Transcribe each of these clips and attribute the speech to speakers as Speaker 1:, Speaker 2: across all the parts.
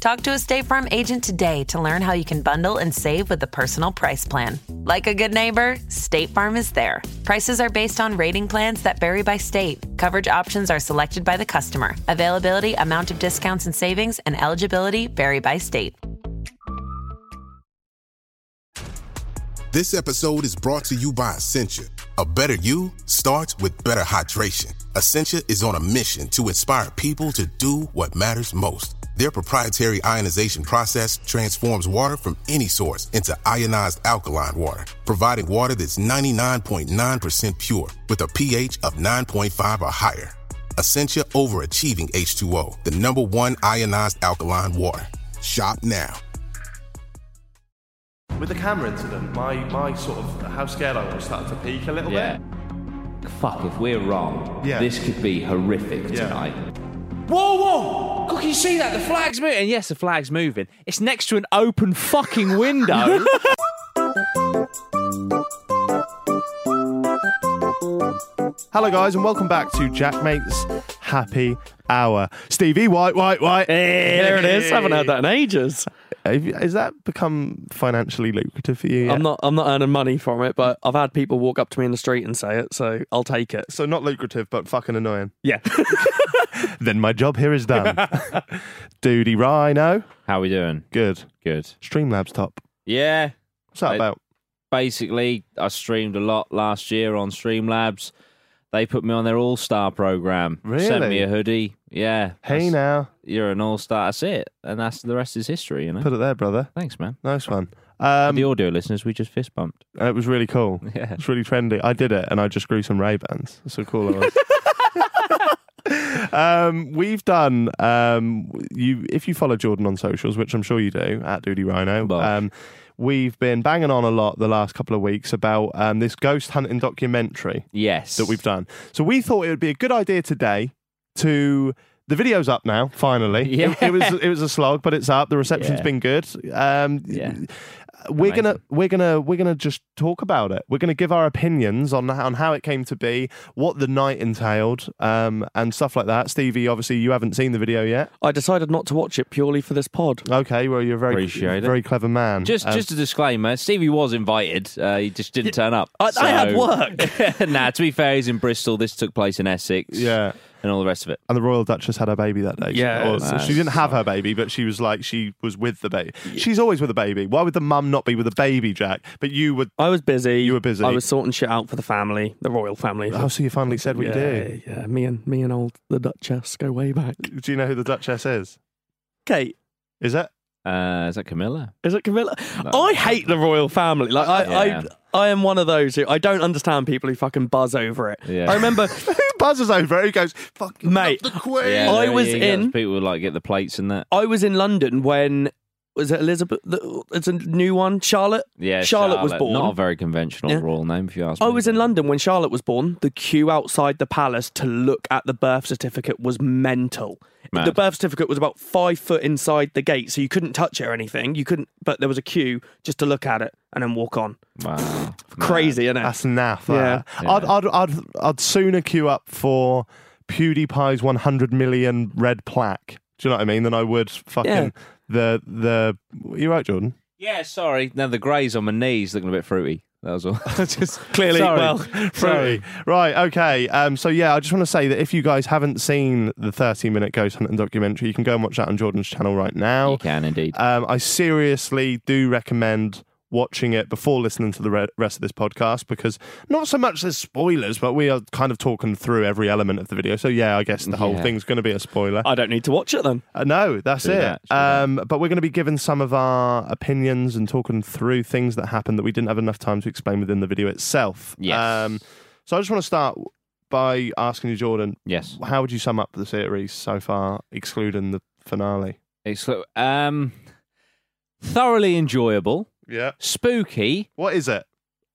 Speaker 1: Talk to a State Farm agent today to learn how you can bundle and save with the Personal Price Plan. Like a good neighbor, State Farm is there. Prices are based on rating plans that vary by state. Coverage options are selected by the customer. Availability, amount of discounts and savings, and eligibility vary by state.
Speaker 2: This episode is brought to you by Essentia. A better you starts with better hydration. Essentia is on a mission to inspire people to do what matters most. Their proprietary ionization process transforms water from any source into ionized alkaline water, providing water that's 99.9% pure with a pH of 9.5 or higher. Essentia overachieving H2O, the number one ionized alkaline water. Shop now.
Speaker 3: With the camera incident, my, my sort of how scared I was started to peak a little
Speaker 4: Yeah.
Speaker 3: bit.
Speaker 4: Fuck, if we're wrong,
Speaker 3: Yeah.
Speaker 4: this could be horrific
Speaker 3: Yeah.
Speaker 4: tonight. Whoa, whoa! Look, you see that? The flag's moving. And yes, the flag's moving. It's next to an open fucking window.
Speaker 3: Hello, guys, and welcome back to Jack Mate's Happy Hour. Stevie, white, white, white.
Speaker 5: Hey, there it is. I haven't heard that in ages.
Speaker 3: Have you- Has that become financially lucrative for you? yet?
Speaker 5: I'm not. I'm not earning money from it, but I've had people walk up to me in the street and say it, so I'll take it.
Speaker 3: So not lucrative, but fucking annoying.
Speaker 5: Yeah.
Speaker 3: Then my job here is done. Duty Rhino,
Speaker 4: How we doing?
Speaker 3: good.
Speaker 4: Good.
Speaker 3: Streamlabs top.
Speaker 4: Yeah.
Speaker 3: What's that
Speaker 4: I-
Speaker 3: about?
Speaker 4: Basically, I streamed a lot last year on Streamlabs. They put me on their All Star program. Sent
Speaker 3: Really?
Speaker 4: me a hoodie. Yeah.
Speaker 3: Hey
Speaker 4: That's-
Speaker 3: now,
Speaker 4: You're an All Star. That's it. And that's the rest is history. You know.
Speaker 3: put it there, brother.
Speaker 4: Thanks, man.
Speaker 3: Nice one. Um,
Speaker 4: the audio listeners, we just fist bumped.
Speaker 3: and Uh, it was really cool.
Speaker 4: Yeah.
Speaker 3: It's really trendy. I did it, and I just grew some Ray Bans. That's how cool I was. um, we've done um, you. If you follow Jordan on socials, which I'm sure you do, at Doody Rhino.
Speaker 4: Bosh.
Speaker 3: Um, We've been banging on a lot the last couple of weeks about um, this ghost hunting documentary
Speaker 4: Yes.
Speaker 3: that we've done. So we thought it would be a good idea today to the video's up now. Finally, It- it,
Speaker 4: Yeah.
Speaker 3: was it was a slog, but it's up. The reception's
Speaker 4: Yeah.
Speaker 3: been good. Um,
Speaker 4: Yeah.
Speaker 3: We're
Speaker 4: Amazing.
Speaker 3: gonna we're gonna we're gonna just talk about it. We're gonna give our opinions on on how it came to be, what the night entailed, um, and stuff like that. Stevie, obviously, you haven't seen the video yet.
Speaker 5: I decided not to watch it purely for this pod.
Speaker 3: Okay, well, you're a very
Speaker 4: Appreciate it.
Speaker 3: very clever man.
Speaker 4: Just,
Speaker 3: Um,
Speaker 4: just a disclaimer. Stevie was invited. Uh, he just didn't turn up.
Speaker 5: I- I had
Speaker 4: work. nah, to be fair, he's in Bristol. This took place in Essex.
Speaker 3: yeah.
Speaker 4: and all the rest of it.
Speaker 3: and the royal duchess had her baby that day.
Speaker 5: Yeah,
Speaker 3: Or- so
Speaker 4: that's-
Speaker 3: she didn't have her baby, but she was like she was with the baby. She's always with the baby. Why would the mum not be with the baby, Jack? But you were.
Speaker 5: I was busy.
Speaker 3: You were busy.
Speaker 5: I was sorting shit out for the family, the royal family.
Speaker 3: Oh, so you finally said what
Speaker 5: yeah,
Speaker 3: you do.
Speaker 5: yeah. Me and me and old the Duchess go way back.
Speaker 3: Do you know who the duchess is?
Speaker 5: Kate,
Speaker 3: Is it?
Speaker 4: Uh, is that Camilla?
Speaker 5: is it Camilla?
Speaker 4: No.
Speaker 5: I hate the royal family. Like I,
Speaker 4: Yeah.
Speaker 5: I, I am one of those who I don't understand people who fucking buzz over it.
Speaker 4: Yeah.
Speaker 5: I remember,
Speaker 3: who buzzes over? it? Who goes? Fuck, you
Speaker 5: Mate.
Speaker 3: love the queen.
Speaker 4: Yeah,
Speaker 5: I
Speaker 4: there
Speaker 5: was
Speaker 4: you go.
Speaker 5: in-
Speaker 4: People like get the plates and that.
Speaker 5: I was in London when was it Elizabeth? the- It's a new one, Charlotte.
Speaker 4: Yeah,
Speaker 5: Charlotte, was born.
Speaker 4: Not a very conventional
Speaker 5: Yeah.
Speaker 4: royal name, if you ask me.
Speaker 5: I was in London when Charlotte was born. The queue outside the palace to look at the birth certificate was mental.
Speaker 4: Mad.
Speaker 5: The birth certificate was about five foot inside the gate, so you couldn't touch it or anything. You couldn't, but there was a queue just to look at it and then walk on.
Speaker 4: Wow.
Speaker 5: Crazy, isn't it?
Speaker 3: That's naff.
Speaker 5: Yeah.
Speaker 3: that. I'd, I'd, I'd, I'd sooner queue up for PewDiePie's 100 million red plaque. Do you know what I mean? Than I would fucking
Speaker 5: Yeah.
Speaker 3: the the. You're right, Jordan.
Speaker 4: Yeah, sorry. Now the greys on my knees looking a bit fruity. That was all. Just
Speaker 5: Clearly,
Speaker 4: sorry.
Speaker 5: well,
Speaker 3: Sorry. Right. Okay. Um, so yeah, I just want to say that if you guys haven't seen the 30 minute ghost hunting documentary,
Speaker 5: Uh,
Speaker 3: you can go and watch that on Jordan's channel right now.
Speaker 4: you can indeed.
Speaker 3: Um, I seriously do recommend watching it before listening to the re- rest of this podcast because not so much as spoilers, but we are kind of talking through every element of the video. So yeah, I guess the whole
Speaker 4: Yeah.
Speaker 3: thing's going to be a spoiler.
Speaker 5: I don't need to watch it then.
Speaker 3: Uh, no, that's it.
Speaker 4: that, do
Speaker 3: um, But we're going to be giving some of our opinions and talking through things that happened that we didn't have enough time to explain within the video itself. Um,
Speaker 4: Yes.
Speaker 5: um,
Speaker 3: so I just want to start by asking you, Jordan,
Speaker 4: Yes.
Speaker 3: how would you sum up the series so far, excluding the finale?
Speaker 4: It's um, thoroughly enjoyable,
Speaker 3: Yeah.
Speaker 4: spooky.
Speaker 3: What is it?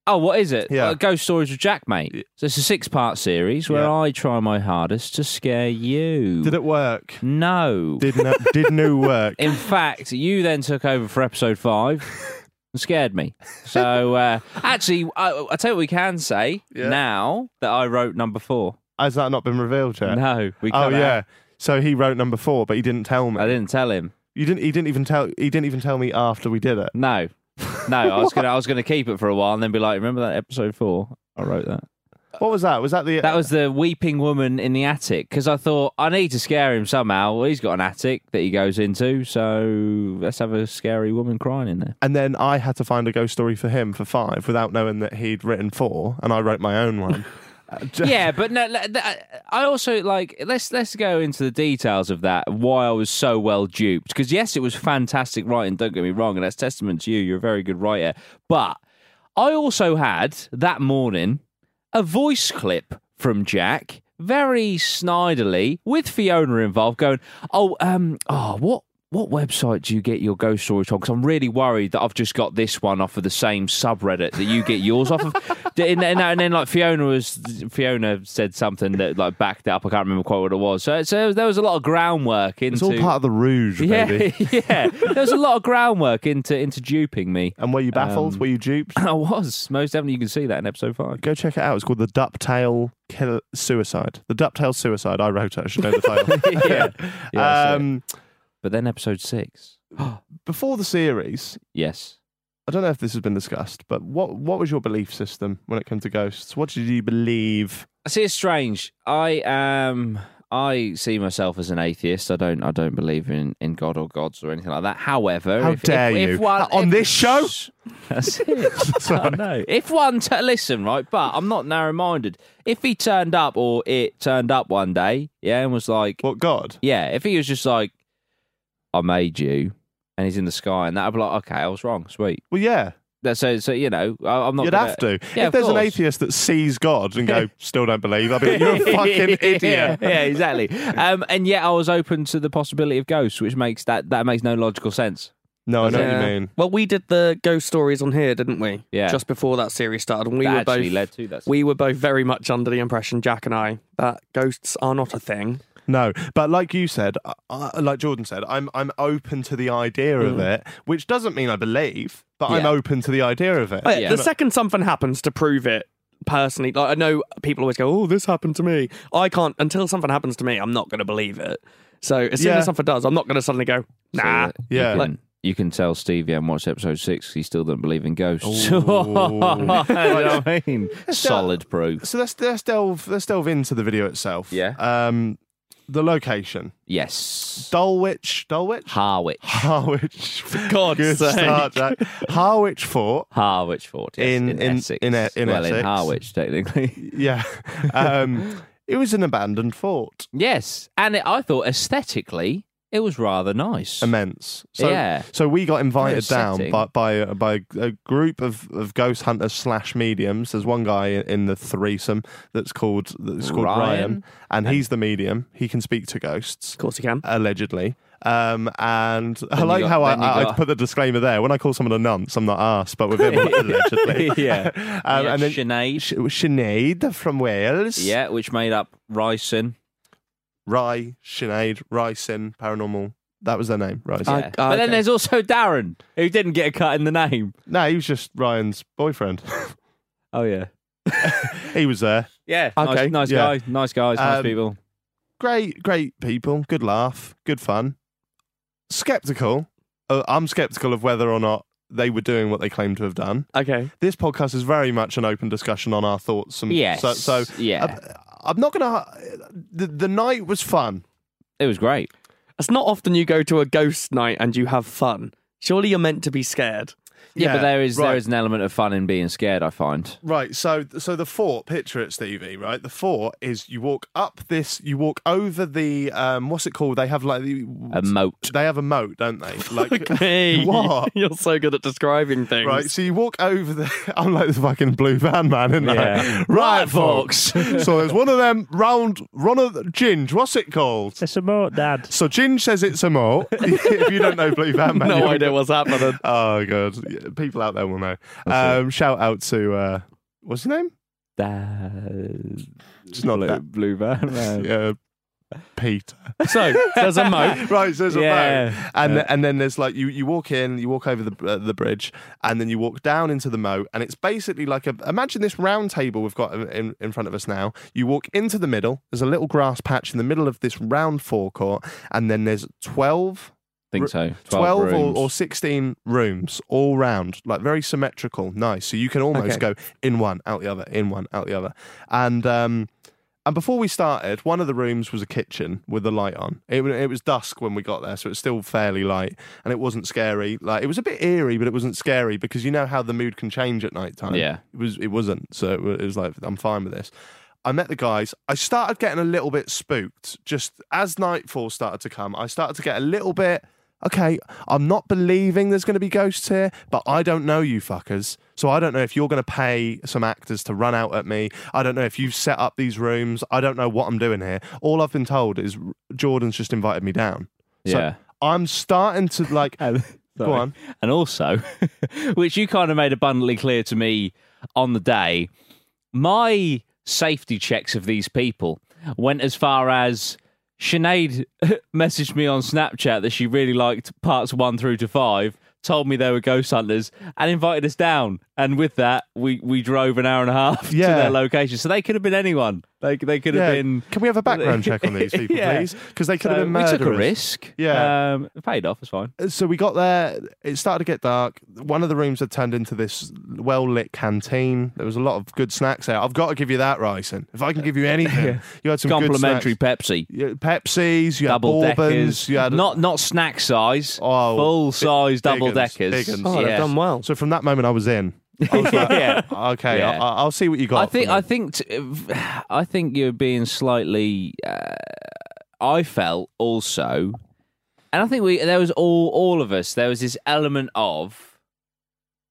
Speaker 4: Oh, what is it?
Speaker 3: Yeah.
Speaker 4: Uh, Ghost Stories with Jack, mate. So it's a six-part series where
Speaker 3: Yeah.
Speaker 4: I try my hardest to scare you.
Speaker 3: Did it work?
Speaker 4: No.
Speaker 3: Did no, did no work?
Speaker 4: In fact, you then took over for episode five and scared me. So uh, actually, I, I tell you what we can say
Speaker 3: Yeah.
Speaker 4: now that I wrote number four.
Speaker 3: Has that not been revealed yet?
Speaker 4: No, we
Speaker 3: Oh
Speaker 4: cut that.
Speaker 3: yeah. So he wrote number four, but he didn't tell
Speaker 4: I
Speaker 3: me.
Speaker 4: didn't tell him.
Speaker 3: You didn't. He didn't even tell. He didn't even tell me after we did it.
Speaker 4: No, no. I was gonna I was gonna keep it for a while and then be like, remember that episode four? I wrote that.
Speaker 3: What was that? Was that the?
Speaker 4: That was the weeping woman in the attic because I thought I need to scare him somehow. Well, he's got an attic that he goes into, so let's have a scary woman crying in there.
Speaker 3: And then I had to find a ghost story for him for five without knowing that he'd written four, and I wrote my own one. Uh, j-
Speaker 4: yeah, but no, le- th- I also like let's let's go into the details of that. Why I was so well duped because yes, it was fantastic writing. Don't get me wrong, and that's testament to you. You're a very good writer. But I also had that morning a voice clip from Jack, very snidely, with Fiona involved, going, "Oh, um, oh, what." What website do you get your ghost stories on? Because I'm really worried that I've just got this one off of the same subreddit that you get yours off of. And, and, and then, like Fiona was, Fiona said something that like backed it up. I can't remember quite what it was. So, so there was a lot of groundwork into.
Speaker 3: It's all part of the rouge,
Speaker 4: yeah,
Speaker 3: baby.
Speaker 4: yeah. There was a lot of groundwork into into duping me.
Speaker 3: And were you baffled?
Speaker 4: Um,
Speaker 3: were you duped?
Speaker 4: I was most definitely. You can see that in episode five.
Speaker 3: Go check it out. It's called The Ducktail Killer Suicide. The Ducktail Suicide. I wrote it. I should know the title.
Speaker 4: yeah. Yeah, so-
Speaker 3: um,
Speaker 4: but then episode six.
Speaker 3: before the series,
Speaker 4: Yes.
Speaker 3: I don't know if this has been discussed, but what, what was your belief system when it came to ghosts? What did you believe?
Speaker 4: I see it's strange. I um I see myself as an atheist. I don't I don't believe in, in God or gods or anything like that. However,
Speaker 3: How
Speaker 4: if,
Speaker 3: dare
Speaker 4: if, if
Speaker 3: you.
Speaker 4: one,
Speaker 3: On
Speaker 4: if-
Speaker 3: this show?
Speaker 4: That's it. I know. If one t- listen, right, but I'm not narrow minded. If he turned up or it turned up one day, yeah, and was like
Speaker 3: What, God?
Speaker 4: Yeah, if he was just like I made you and he's in the sky and that I'd be like, Okay, I was wrong, sweet.
Speaker 3: Well, yeah,
Speaker 4: That- So, so you know, I, I'm not.
Speaker 3: you'd
Speaker 4: gonna-
Speaker 3: have to.
Speaker 4: Yeah,
Speaker 3: if
Speaker 4: of
Speaker 3: there's an
Speaker 4: course.
Speaker 3: atheist that sees God and go, still don't believe, I'd be like, you're a fucking idiot.
Speaker 4: Yeah, yeah, exactly. Um, and yet I was open to the possibility of ghosts, which makes that that makes no logical sense.
Speaker 3: No, I know
Speaker 5: Yeah.
Speaker 3: what you mean.
Speaker 5: Well, we did the ghost stories on here, didn't we?
Speaker 4: Yeah.
Speaker 5: Just before that series started, and we
Speaker 4: that
Speaker 5: were
Speaker 4: actually
Speaker 5: both
Speaker 4: led to that.
Speaker 5: we were both very much under the impression, Jack and I, that ghosts are not a thing.
Speaker 3: No, but like you said, I- I, like Jordan said, I'm I'm open to the idea of it, which doesn't mean I believe, but I'm
Speaker 4: Yeah.
Speaker 3: open to the idea of it.
Speaker 5: Like,
Speaker 4: Yeah.
Speaker 5: The second something happens to prove it, personally, like I know people always go, "Oh, this happened to me." I can't until something happens to me. I'm not going to believe it. So as soon
Speaker 3: Yeah.
Speaker 5: as something does, I'm not going to suddenly go,
Speaker 4: So
Speaker 5: "Nah."
Speaker 4: that you
Speaker 3: yeah.
Speaker 4: can-
Speaker 3: Like-
Speaker 4: you can tell Stevie and watch episode six. He still doesn't believe in ghosts.
Speaker 3: Ooh.
Speaker 4: You know what I mean, solid proof.
Speaker 3: So let's let's delve let's delve into the video itself.
Speaker 4: Yeah.
Speaker 3: Um, the location,
Speaker 4: Yes,
Speaker 3: Dulwich, Dulwich,
Speaker 4: Harwich,
Speaker 3: Harwich. For
Speaker 5: God's
Speaker 3: Good
Speaker 5: sake.
Speaker 3: start, Jack. Harwich Fort.
Speaker 4: Harwich Fort yes,
Speaker 3: In-
Speaker 4: in,
Speaker 3: in-
Speaker 4: Essex.
Speaker 3: in E- in
Speaker 4: well, in
Speaker 3: Essex.
Speaker 4: Harwich technically.
Speaker 3: Yeah. Um, it was an abandoned fort,
Speaker 4: yes, and it, I thought aesthetically it was rather nice.
Speaker 3: immense. So,
Speaker 4: Yeah.
Speaker 3: So we got invited down
Speaker 4: upsetting.
Speaker 3: by by by a group of, of ghost hunters slash mediums. There's one guy in the threesome that's called that's called Ryan,
Speaker 4: Ryan.
Speaker 3: and he's the medium. He can speak to ghosts
Speaker 5: Of course, you can. allegedly.
Speaker 3: Um, and I
Speaker 4: you
Speaker 3: like
Speaker 4: got-
Speaker 3: how I,
Speaker 4: then you
Speaker 3: I, I
Speaker 4: got-
Speaker 3: put the disclaimer there. When I call someone a nonce, I'm not asked, but with him, allegedly.
Speaker 4: yeah,
Speaker 3: Um,
Speaker 4: yeah
Speaker 3: and then
Speaker 4: Sinead.
Speaker 3: Sh- Sinead from Wales.
Speaker 4: Yeah, which made up Ryson.
Speaker 3: Rye, Sinead, Ryson, Paranormal. That was their name, Ryson.
Speaker 5: Uh,
Speaker 4: Yeah. but then
Speaker 5: okay.
Speaker 4: there's also Darren, who didn't get a cut in the name.
Speaker 3: no, he was just Ryan's boyfriend.
Speaker 4: Oh yeah,
Speaker 3: he was there.
Speaker 4: yeah.
Speaker 5: Okay,
Speaker 4: nice, nice
Speaker 3: yeah.
Speaker 4: guy, nice guys, nice
Speaker 3: Um,
Speaker 4: people.
Speaker 3: Great, great people. Good laugh. Good fun. Skeptical. Uh, I'm skeptical of whether or not they were doing what they claimed to have done.
Speaker 5: Okay.
Speaker 3: This podcast is very much an open discussion on our thoughts. And
Speaker 4: Yes.
Speaker 3: So, so
Speaker 4: yeah,
Speaker 3: I, am not gonna. uh, The, the night was fun.
Speaker 4: it was great.
Speaker 5: It's not often you go to a ghost night and you have fun. Surely you're meant to be scared.
Speaker 4: Yeah, but there is
Speaker 3: right.
Speaker 4: there is an element of fun in being scared. I find.
Speaker 3: Right, so so the fort, picture it, Stevie. Right, the fort is you walk up this, you walk over the um, what's it called? They have like the,
Speaker 4: A moat.
Speaker 3: They have a moat, don't they? Like
Speaker 5: Hey,
Speaker 3: What?
Speaker 5: You're so good at describing things.
Speaker 3: right, so you walk over the. I'm like the fucking blue van man, isn't
Speaker 4: Yeah.
Speaker 3: I? Right, folks. so there's one of them round, one of Ginge. What's it called?
Speaker 6: It's a moat, Dad.
Speaker 3: So Ginge says it's a moat. if you don't know blue van man,
Speaker 5: no
Speaker 3: you'll-
Speaker 5: idea what's happening.
Speaker 3: Oh god, Yeah, people out there will know. Um, shout out to uh, what's his name?
Speaker 4: Just
Speaker 3: not
Speaker 4: blue,
Speaker 3: that.
Speaker 4: blue van. man.
Speaker 3: Uh, Peter.
Speaker 5: So there's a moat.
Speaker 3: right, so there's a
Speaker 4: Yeah.
Speaker 3: moat, and and then there's like you you walk in, you walk over the uh, the bridge, and then you walk down into the moat, and it's basically like a imagine this round table we've got in in front of us now. You walk into the middle. There's a little grass patch in the middle of this round forecourt, and then there's twelve.
Speaker 4: think so.
Speaker 3: 12 or,
Speaker 4: rooms.
Speaker 3: or 16 rooms all round, like very symmetrical, nice. So you can almost
Speaker 5: Okay.
Speaker 3: go in one, out the other, in one, out the other. And um, and before we started, one of the rooms was a kitchen with the light on. It, wa- it was dusk when we got there, so it's still fairly light, and it wasn't scary. Like it was a bit eerie, but it wasn't scary because you know how the mood can change at night time.
Speaker 4: Yeah.
Speaker 3: it was. It wasn't. So it wa- it was like I'm fine with this. I met the guys. I started getting a little bit spooked. Just as nightfall started to come, I started to get a little bit. Okay, I'm not believing there's going to be ghosts here, but I don't know you fuckers. So I don't know if you're going to pay some actors to run out at me. I don't know if you've set up these rooms. I don't know what I'm doing here. All I've been told is Jordan's just invited me down. So
Speaker 4: Yeah.
Speaker 3: I'm starting to like.
Speaker 4: And-
Speaker 3: Go
Speaker 4: Um, sorry.
Speaker 3: on.
Speaker 4: And also, which you kind of made abundantly clear to me on the day, my safety checks of these people went as far as Sinead messaged me on Snapchat that she really liked parts one through to five. Told me they were ghost hunters and invited us down. And with that, we, we drove an hour and a half to
Speaker 3: Yeah.
Speaker 4: their location. So they could have been anyone. They they could have
Speaker 3: yeah,
Speaker 4: been.
Speaker 3: Can we have a background check on these people,
Speaker 4: Yeah.
Speaker 3: please? Because they could have
Speaker 4: So
Speaker 3: been
Speaker 4: we
Speaker 3: murderers.
Speaker 4: took a risk.
Speaker 3: Yeah.
Speaker 4: um, it paid off. It's fine.
Speaker 3: so we got there. It started to get dark. One of the rooms had turned into this well lit canteen. There was a lot of good snacks out. I've got to give you that, Ryson. If I can give you anything, you had some good
Speaker 4: Complimentary
Speaker 3: snacks.
Speaker 4: Pepsi.
Speaker 3: Yeah, Pepsis. You
Speaker 4: double
Speaker 3: had bourbons.
Speaker 4: deckers.
Speaker 3: You had
Speaker 4: not not snack size.
Speaker 3: Oh,
Speaker 4: full size
Speaker 3: big uns,
Speaker 4: double
Speaker 3: big
Speaker 4: deckers.
Speaker 3: uns.
Speaker 5: Oh, they've
Speaker 4: Yeah.
Speaker 5: done well.
Speaker 3: So from that moment, I was in. I was like,
Speaker 4: Yeah.
Speaker 3: okay,
Speaker 4: Yeah.
Speaker 3: I, I'll see what you got.
Speaker 4: I think
Speaker 3: for me."
Speaker 4: I think t- I think you're being slightly. Uh, I felt also, and I think we there was all all of us. There was this element of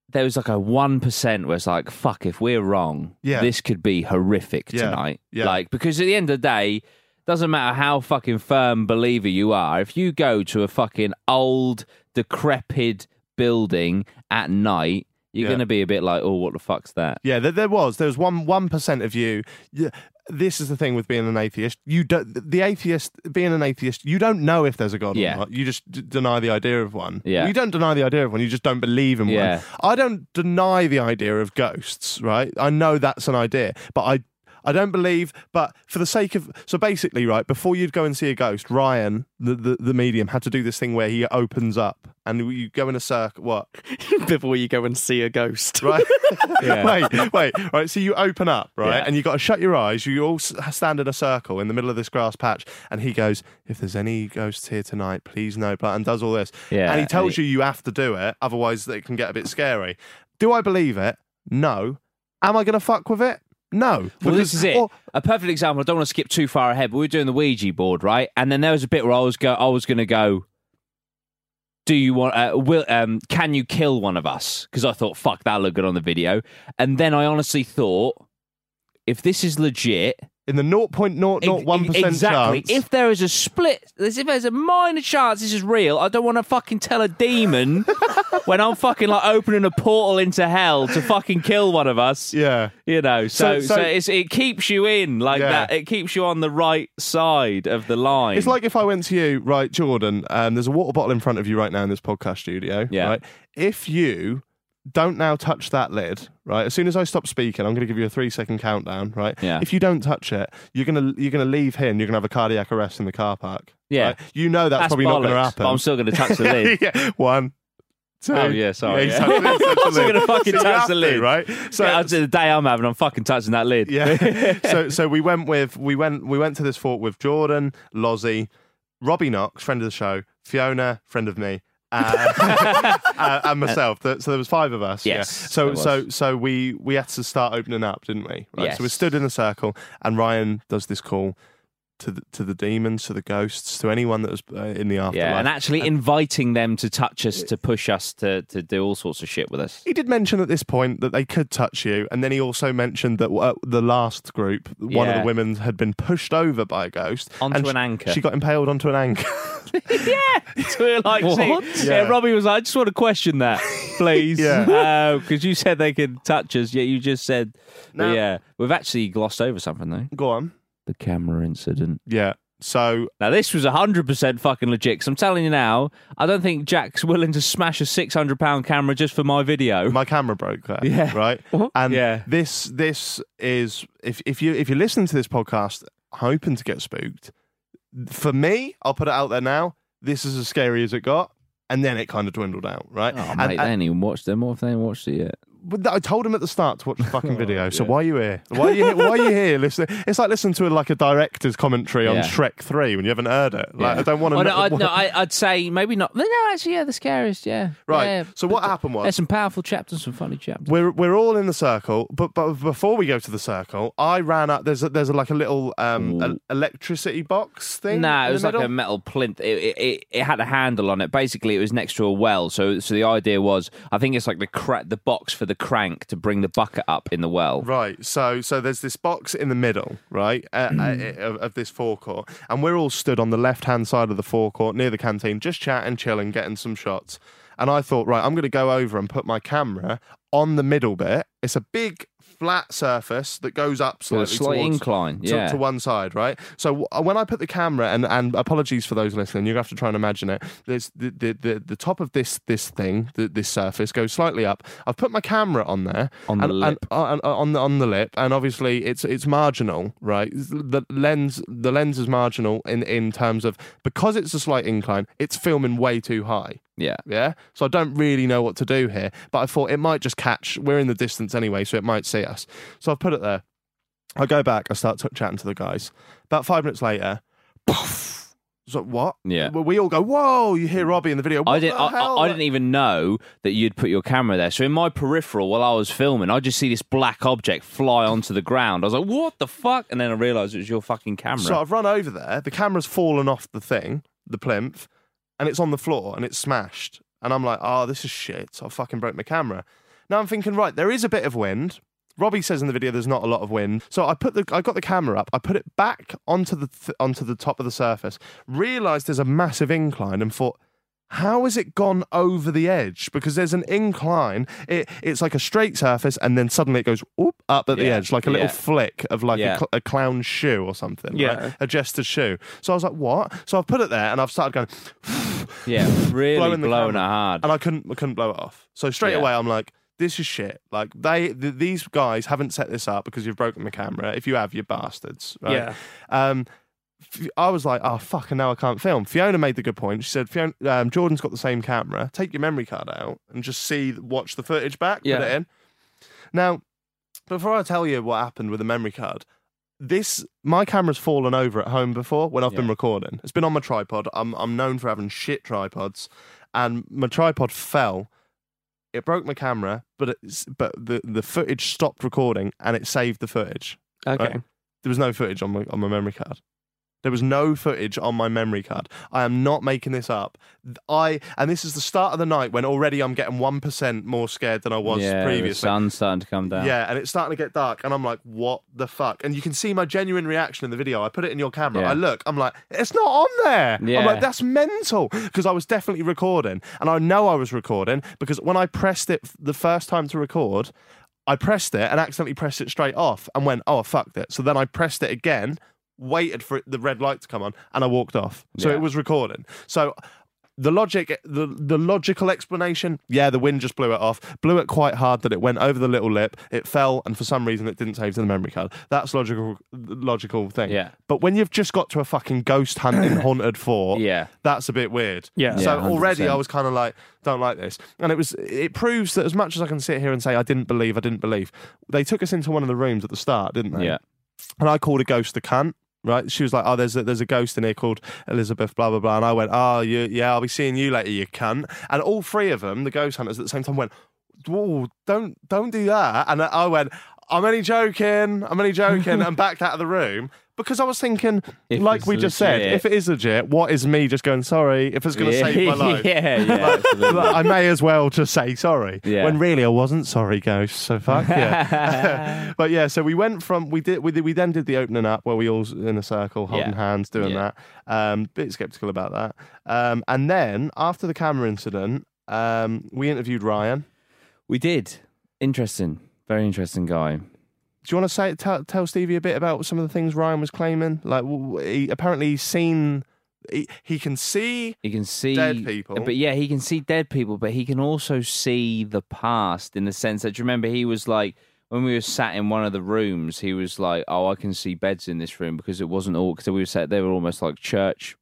Speaker 4: there was like a one percent where it's like fuck if we're wrong,
Speaker 3: Yeah.
Speaker 4: this could be horrific
Speaker 3: Yeah.
Speaker 4: tonight.
Speaker 3: Yeah.
Speaker 4: Like because at the end of the day. Doesn't matter how fucking firm believer you are, if you go to a fucking old, decrepit building at night, you're
Speaker 3: Yeah.
Speaker 4: gonna be a bit like, oh, what the fuck's that?
Speaker 3: Yeah, there, there was. There was one one percent of you. Yeah, this is the thing with being an atheist. You don't the atheist being an atheist. You don't know if there's a god
Speaker 4: Yeah.
Speaker 3: or not. You just d- deny the idea of one.
Speaker 4: Yeah.
Speaker 3: You don't deny the idea of one. You just don't believe in
Speaker 4: Yeah.
Speaker 3: one. I don't deny the idea of ghosts. Right. I know that's an idea, but I. I don't believe, but for the sake of so basically, right before you'd go and see a ghost, Ryan, the, the, the medium, had to do this thing where he opens up and you go in a circle. What?
Speaker 5: Before you go and see a ghost.
Speaker 3: right?
Speaker 4: Yeah.
Speaker 3: wait, wait, right. So you open up, right,
Speaker 4: Yeah.
Speaker 3: and you got to shut your eyes. You all s- stand in a circle in the middle of this grass patch, and he goes, "If there's any ghosts here tonight, please no." Blah, and does all this,
Speaker 4: Yeah,
Speaker 3: and he
Speaker 4: and
Speaker 3: tells
Speaker 4: he-
Speaker 3: you you have to do it, otherwise it can get a bit scary. Do I believe it? No. Am I going to fuck with it? No.
Speaker 4: Well,
Speaker 3: Because-
Speaker 4: this is it.
Speaker 3: or-
Speaker 4: a perfect example. I don't want to skip too far ahead, but we were doing the Ouija board, right? And then there was a bit where I was go, I was going to go. Do you want? Uh, will um, can you kill one of us? Because I thought, fuck, that looked good on the video. And then I honestly thought, if this is legit,
Speaker 3: in the 0.001%
Speaker 4: exactly.
Speaker 3: chance.
Speaker 4: If there is a split, as if there's a minor chance this is real, I don't want to fucking tell a demon when I'm fucking like opening a portal into hell to fucking kill one of us.
Speaker 3: yeah.
Speaker 4: You know, so
Speaker 3: So-
Speaker 4: so,
Speaker 3: so-
Speaker 4: it's, it keeps you in like
Speaker 3: Yeah.
Speaker 4: that. It keeps you on the right side of the line.
Speaker 3: It's like if I went to you, right, Jordan, um, there's a water bottle in front of you right now in this podcast studio.
Speaker 4: Yeah.
Speaker 3: Right? If you don't now touch that lid, right? As soon as I stop speaking, I'm going to give you a three second countdown, right?
Speaker 4: Yeah.
Speaker 3: If you don't touch it, you're gonna you're gonna leave here and you're gonna have a cardiac arrest in the car park.
Speaker 4: Yeah.
Speaker 3: right? You know that's,
Speaker 4: That's
Speaker 3: probably not gonna
Speaker 4: bollocks, but I'm
Speaker 3: happen.
Speaker 4: still going to touch the lid.
Speaker 3: yeah. One. Two.
Speaker 4: Oh, yeah, sorry,
Speaker 3: you
Speaker 4: yeah.
Speaker 3: touch the lid, touch the
Speaker 4: I'm still
Speaker 3: lid.
Speaker 4: gonna fucking
Speaker 3: So you
Speaker 4: touch
Speaker 3: have
Speaker 4: the
Speaker 3: to,
Speaker 4: lid.
Speaker 3: right?
Speaker 4: So the day I'm having, I'm fucking touching that lid.
Speaker 3: Yeah. so so we went with we went we went to this fort with Jordan, Lozzie, Robbie Knox, friend of the show, Fiona, friend of me, uh, uh, and myself. Th- So there was five of us. yeah.
Speaker 4: Yes,
Speaker 3: So
Speaker 4: there was.
Speaker 3: so so we we had to start opening up, didn't we? Right.
Speaker 4: Yes.
Speaker 3: So we stood in a circle, and Ryan does this call to the, to the demons, to the ghosts, to anyone that was uh, in the afterlife.
Speaker 4: Yeah, and actually inviting them to touch us, to push us, to to do all sorts of shit with us.
Speaker 3: he did mention at this point that they could touch you, and then he also mentioned that uh, the last group, one of
Speaker 4: Yeah.
Speaker 3: the women had been pushed over by a ghost
Speaker 4: Onto
Speaker 3: and
Speaker 4: an
Speaker 3: she-
Speaker 4: anchor.
Speaker 3: She got impaled onto an anchor.
Speaker 4: So we're like, see- Yeah.
Speaker 3: Yeah.
Speaker 4: Robbie was like, I just want to question that, please.
Speaker 3: Yeah.
Speaker 4: Because you said they could touch us, yet you just said,
Speaker 3: No.
Speaker 4: yeah. We've actually glossed over something, though.
Speaker 3: Go on.
Speaker 4: The camera incident.
Speaker 3: Yeah. So
Speaker 4: Now, this was 100% fucking legit. 'cause I'm telling you now, I don't think Jack's willing to smash a £600 camera just for my video.
Speaker 3: my camera broke there.
Speaker 4: Yeah.
Speaker 3: Right. And
Speaker 4: Yeah.
Speaker 3: this this is if if you if you're listening to this podcast hoping to get spooked, for me, I'll put it out there now. This is as scary as it got. And then it kind of dwindled out, right?
Speaker 4: oh,
Speaker 3: And-
Speaker 4: mate,
Speaker 3: and-
Speaker 4: they ain't even watched them. What if they ain't watched it yet?
Speaker 3: But th- I told him at the start to watch the
Speaker 4: Oh,
Speaker 3: fucking video. So why are you here? Why are you here? Why are you here? Listen, it's like listening to like a director's commentary on
Speaker 4: Yeah.
Speaker 3: Shrek Three when you haven't heard it. Like
Speaker 4: Yeah.
Speaker 3: I don't want to.
Speaker 4: Oh, no, I'd, no, I- I'd say maybe not. No, actually, yeah, the scariest, yeah.
Speaker 3: right.
Speaker 4: Yeah.
Speaker 3: So what happened was
Speaker 4: There's some powerful chapters, some funny chapters.
Speaker 3: We're we're all in the circle, but but before we go to the circle, I ran up. There's a, there's a, like a little um e- electricity box thing.
Speaker 4: No,
Speaker 3: in
Speaker 4: it
Speaker 3: the
Speaker 4: was like a
Speaker 3: middle.
Speaker 4: metal plinth. It, it, it, it had a handle on it. Basically, it was next to a well. So, so the idea was, I think it's like the cra- the box for the crank to bring the bucket up in the well.
Speaker 3: Right, so so there's this box in the middle, right, uh,
Speaker 4: Hmm.
Speaker 3: uh, of, of this forecourt, and we're all stood on the left hand side of the forecourt near the canteen, just chatting, chilling, getting some shots. And I thought, right, I'm going to go over and put my camera on the middle bit. It's a big flat surface that goes up
Speaker 4: With
Speaker 3: slightly,
Speaker 4: a slight
Speaker 3: towards-
Speaker 4: incline.
Speaker 3: to,
Speaker 4: Yeah.
Speaker 3: to one side, right? So w- uh, when I put the camera, and, and apologies for those listening, you have to try and imagine it. There's the the, the, the top of this this thing, the, this surface goes slightly up. I've put my camera on there,
Speaker 4: On the
Speaker 3: and,
Speaker 4: lip.
Speaker 3: and, uh, and- uh, on the on the lip, and obviously it's it's marginal, right? The lens the lens is marginal in in terms of because it's a slight incline, it's filming way too high.
Speaker 4: yeah.
Speaker 3: Yeah. So I don't really know what to do here, but I thought it might just catch. We're in the distance anyway, so it might see us. So I've put it there. I go back. I start t- chatting to the guys. About five minutes later, poof. So what?
Speaker 4: Yeah. Mm.
Speaker 3: Well, we all go, "Whoa!" You hear Robbie in the video.
Speaker 4: I
Speaker 3: "What
Speaker 4: didn't.
Speaker 3: the
Speaker 4: I, I,
Speaker 3: hell?"
Speaker 4: I didn't even know that you'd put your camera there. So in my peripheral, while I was filming, I just see this black object fly onto the ground. I was like, "What the fuck?" And then I realised it was your fucking camera.
Speaker 3: So I've run over there. The camera's fallen off the thing, the plinth, and it's on the floor and it's smashed. And I'm like, oh, this is shit. I fucking broke my camera. Now I'm thinking, right, there is a bit of wind. Robbie says in the video there's not a lot of wind. So I put the I got the camera up. I put it back onto the th- onto the top of the surface. Realized there's a massive incline and thought how has it gone over the edge? Because there's an incline. It, it's like a straight surface, and then suddenly it goes whoop, up at the
Speaker 4: Yeah.
Speaker 3: edge, like a little
Speaker 4: Yeah.
Speaker 3: flick of like
Speaker 4: Yeah.
Speaker 3: a, cl- a clown's shoe or something. right?
Speaker 5: Yeah.
Speaker 3: A jester's shoe. So I was like, what? So I've put it there, and I've started going,
Speaker 4: yeah, really blowing,
Speaker 3: Blowing the
Speaker 4: it
Speaker 3: camera.
Speaker 4: hard.
Speaker 3: and I couldn't, I couldn't blow it off. So straight
Speaker 4: Yeah.
Speaker 3: away, I'm like, this is shit. Like they, th- these guys haven't set this up because you've broken the camera. If you have, you're bastards. Right?
Speaker 5: Yeah.
Speaker 3: Um, F- I was like, oh fuck, and now I can't film. Fiona made the good point. She said, Fiona, um, Jordan's got the same camera. Take your memory card out and just see, watch the footage back.
Speaker 5: Yeah.
Speaker 3: Put it in. Now, before I tell you what happened with the memory card, this my camera's fallen over at home before when I've been recording. It's been on my tripod. I'm I'm known for having shit tripods, and my tripod fell. It broke my camera, but it's, but the the footage stopped recording and it saved the footage.
Speaker 5: Okay.
Speaker 3: Right. There was no footage on my on my memory card. There was no footage on my memory card. I am not making this up. Th- I and this is the start of the night when already I'm getting one percent more scared than I was
Speaker 4: yeah, the
Speaker 3: previously.
Speaker 4: sun's starting to come down.
Speaker 3: Yeah, and it's starting to get dark, and I'm like, what the fuck? And you can see my genuine reaction in the video. I put it in your camera.
Speaker 4: Yeah.
Speaker 3: I look, I'm like, it's not on there. I'm
Speaker 4: Yeah.
Speaker 3: like, that's mental. Because I was definitely recording, and I know I was recording because when I pressed it f- the first time to record, I pressed it and accidentally pressed it straight off and went, oh, I fucked it. So then I pressed it again, waited for it, the red light to come on, and I walked off. So
Speaker 4: Yeah.
Speaker 3: it was recording. So the logic the, the logical explanation yeah the wind just blew it off blew it quite hard that it went over the little lip it fell and for some reason it didn't save to the memory card that's logical logical thing
Speaker 4: Yeah.
Speaker 3: but when you've just got to a fucking ghost hunt in haunted fort
Speaker 4: Yeah.
Speaker 3: that's a bit weird
Speaker 5: Yeah.
Speaker 3: so
Speaker 4: Yeah,
Speaker 3: already
Speaker 4: 100%.
Speaker 3: i was kind of like don't like this and it was it proves that as much as i can sit here and say i didn't believe i didn't believe they took us into one of the rooms at the start didn't they
Speaker 4: yeah.
Speaker 3: and i called a ghost a cunt Right, she was like, "Oh, there's a, there's a ghost in here called Elizabeth, blah blah blah," and I went, "Oh, you, yeah, I'll be seeing you later, you cunt." And all three of them, the ghost hunters, at the same time went, "Whoa, don't don't do that!" And I went, "I'm only joking, I'm only joking," and backed out of the room because I was thinking,
Speaker 4: If
Speaker 3: like
Speaker 4: it's
Speaker 3: we just said,
Speaker 4: legit.
Speaker 3: if it is legit, what is me just going sorry? If it's going to
Speaker 4: yeah,
Speaker 3: save my life,
Speaker 4: yeah, yeah, absolutely.
Speaker 3: Look, I may as well just say sorry.
Speaker 4: Yeah.
Speaker 3: When really I wasn't sorry, ghost. So fuck yeah. but yeah, so we went from we did we, did- we then did the opening up where we all s- in a circle holding
Speaker 4: Yeah.
Speaker 3: hands doing
Speaker 4: Yeah.
Speaker 3: that. Um, bit skeptical about that. Um, and then after the camera incident, um, we interviewed Ryan.
Speaker 4: We did. Interesting. Very interesting guy.
Speaker 3: Do you want to say tell, tell Stevie a bit about some of the things Ryan was claiming? Like w- w- he apparently he's seen he, he can see.
Speaker 4: He can see
Speaker 3: Dead people.
Speaker 4: But yeah, he can see dead people, but he can also see the past in the sense that do you remember he was like when we were sat in one of the rooms, he was like, "Oh, I can see beds in this room because it wasn't all because we were sat. They were almost like church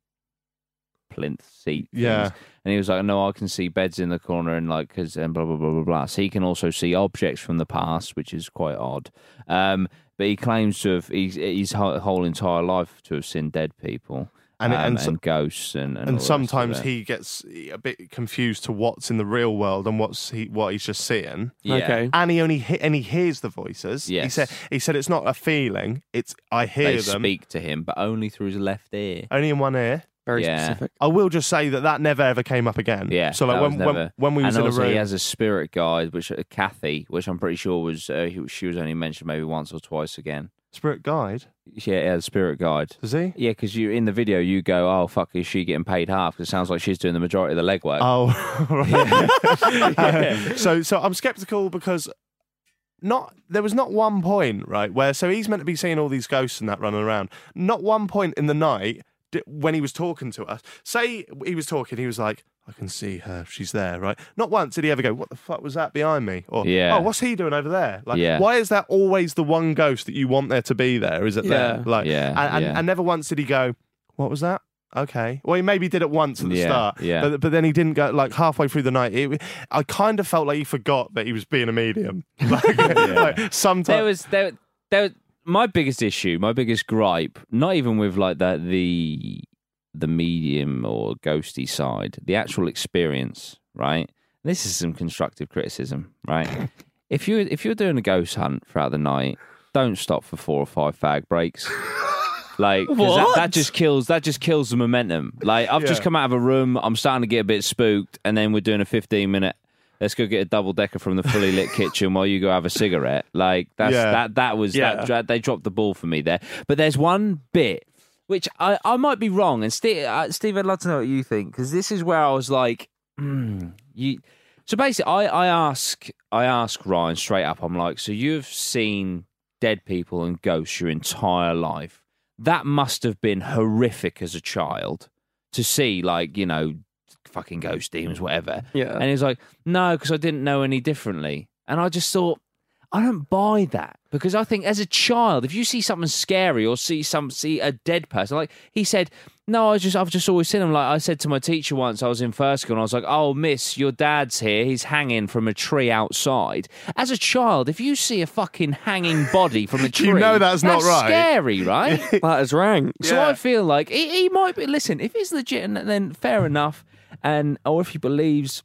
Speaker 4: plinth seat. things.
Speaker 3: Yeah.
Speaker 4: and he was like, "No, I can see beds in the corner and like because and blah blah blah blah blah." So he can also see objects from the past, which is quite odd. Um, but he claims to have he's, his whole whole entire life to have seen dead people.
Speaker 3: And-
Speaker 4: And,
Speaker 3: and
Speaker 4: and,
Speaker 3: so-
Speaker 4: ghosts and and, all
Speaker 3: And
Speaker 4: the rest of
Speaker 3: sometimes
Speaker 4: it.
Speaker 3: he gets a bit confused to what's in the real world and what's he, what he's just seeing.
Speaker 4: Yeah.
Speaker 5: Okay.
Speaker 3: and he only he- and he hears the voices. He
Speaker 4: Yes.
Speaker 3: said he said it's not a feeling. It's I hear
Speaker 4: They
Speaker 3: them
Speaker 4: speak to him, but only through his left ear.
Speaker 3: only in one ear.
Speaker 5: Very
Speaker 4: Yeah.
Speaker 5: specific.
Speaker 3: I will just say that that never ever came up again.
Speaker 4: Yeah.
Speaker 3: So like
Speaker 4: that
Speaker 3: when,
Speaker 4: was
Speaker 3: when
Speaker 4: never-
Speaker 3: when we was
Speaker 4: and
Speaker 3: in a
Speaker 4: also
Speaker 3: room,
Speaker 4: he has a spirit guide, which uh, Kathy, which I'm pretty sure was uh, he- she was only mentioned maybe once or twice again.
Speaker 3: spirit guide.
Speaker 4: Yeah, yeah, the spirit guide.
Speaker 3: Does he?
Speaker 4: Yeah, because you in the video you go, oh fuck, is she getting paid half? 'Cause it sounds like she's doing the majority of the legwork.
Speaker 3: Oh, right. Uh, so so I'm skeptical because not there was not one point right where so he's meant to be seeing all these ghosts and that running around. Not one point in the night di- when he was talking to us. Say he was talking, he was like. I can see her. She's there, right? Not once did he ever go, "What the fuck was that behind me?" Or,
Speaker 4: Yeah.
Speaker 3: "Oh, what's he doing over there?" Like,
Speaker 4: Yeah.
Speaker 3: why is that always the one ghost that you want there to be there? Is it
Speaker 5: Yeah.
Speaker 3: there? Like,
Speaker 4: Yeah,
Speaker 3: and, and,
Speaker 4: yeah.
Speaker 3: and never once did he go, "What was that?" Okay. Well, he maybe did it once at the
Speaker 4: Yeah,
Speaker 3: start,
Speaker 4: yeah.
Speaker 3: but but then he didn't go like halfway through the night. It, I kind of felt like he forgot that he was being a medium. Like,
Speaker 4: there
Speaker 3: sometimes
Speaker 4: was there there was- my biggest issue, my biggest gripe, not even with like that the the medium or ghosty side, the actual experience, right? This is some constructive criticism, right? if you if you're doing a ghost hunt throughout the night, don't stop for four or five fag breaks. Like 'cause that, that just kills that just kills the momentum. Like I've just
Speaker 3: Yeah.
Speaker 4: come out of a room, I'm starting to get a bit spooked, and then we're doing a 15 minute. Let's go get a double decker from the fully lit kitchen while you go have a cigarette. Like that's
Speaker 3: Yeah.
Speaker 4: that that was
Speaker 3: Yeah.
Speaker 4: that dra- they dropped the ball for me there. But there's one bit which I, I might be wrong, and Steve, uh, Steve, I'd love to know what you think because this is where I was like, mm, you. So basically, I, I ask I ask Ryan straight up. I'm like, so you've seen dead people and ghosts your entire life. That must have been horrific as a child to see, like you know, fucking ghost demons, whatever.
Speaker 5: Yeah.
Speaker 4: And he was like, no, because I didn't know any differently. And I just thought, I don't buy that because I think as a child, if you see something scary or see some see a dead person, like he said, no, I was just I've just always seen him. Like I said to my teacher once, I was in first school, and I was like, oh, miss, your dad's here. He's hanging from a tree outside. As a child, if you see a fucking hanging body from a tree,
Speaker 3: know that's not right.
Speaker 4: Scary, right?
Speaker 5: That is rank.
Speaker 4: So I feel like he, he might be. Listen, if he's legit, and then fair enough, and or if he believes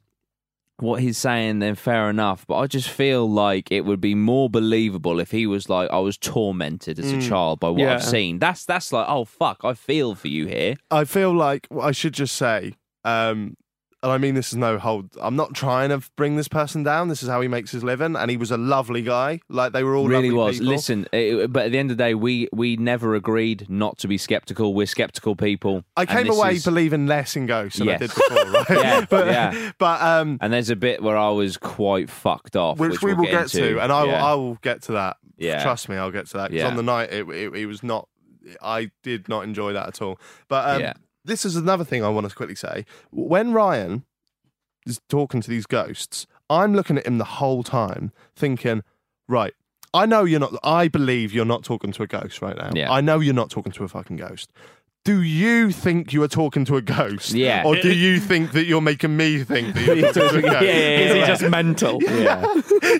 Speaker 4: what he's saying, then fair enough. But I just feel like it would be more believable if he was like, I was tormented as
Speaker 3: Mm.
Speaker 4: a child by what
Speaker 5: Yeah.
Speaker 4: I've seen. That's that's like, oh fuck, I feel for you here.
Speaker 3: I feel like I should just say, um, and I mean this is no hold. I'm not trying to bring this person down. This is how he makes his living, and he was a lovely guy. Like they were all
Speaker 4: really
Speaker 3: lovely
Speaker 4: was.
Speaker 3: people.
Speaker 4: Listen, it, but at the end of the day, we we never agreed not to be skeptical. We're skeptical people.
Speaker 3: I
Speaker 4: And
Speaker 3: came
Speaker 4: this
Speaker 3: away
Speaker 4: is-
Speaker 3: believing less in ghosts than I
Speaker 4: Yes.
Speaker 3: did before, right?
Speaker 4: Yeah,
Speaker 3: but
Speaker 4: yeah.
Speaker 3: but um,
Speaker 4: and there's a bit where I was quite fucked off,
Speaker 3: which,
Speaker 4: which,
Speaker 3: we
Speaker 4: we'll
Speaker 3: will get, to, and I will,
Speaker 4: Yeah.
Speaker 3: I will get to that.
Speaker 4: Yeah.
Speaker 3: Trust me, I'll get to that. 'cause
Speaker 4: Yeah.
Speaker 3: on the night, it, it, it was not. I did not enjoy that at all. But um,
Speaker 4: Yeah.
Speaker 3: this is another thing I want to quickly say. When Ryan is talking to these ghosts, I'm looking at him the whole time, thinking, right. I know you're not. I believe you're not talking to a ghost right now.
Speaker 4: Yeah.
Speaker 3: I know you're not talking to a fucking ghost. Do you think you are talking to a ghost?
Speaker 4: Yeah.
Speaker 3: Or do you think that you're making me think that you're talking to a ghost?
Speaker 5: Is he just mental?
Speaker 3: Yeah.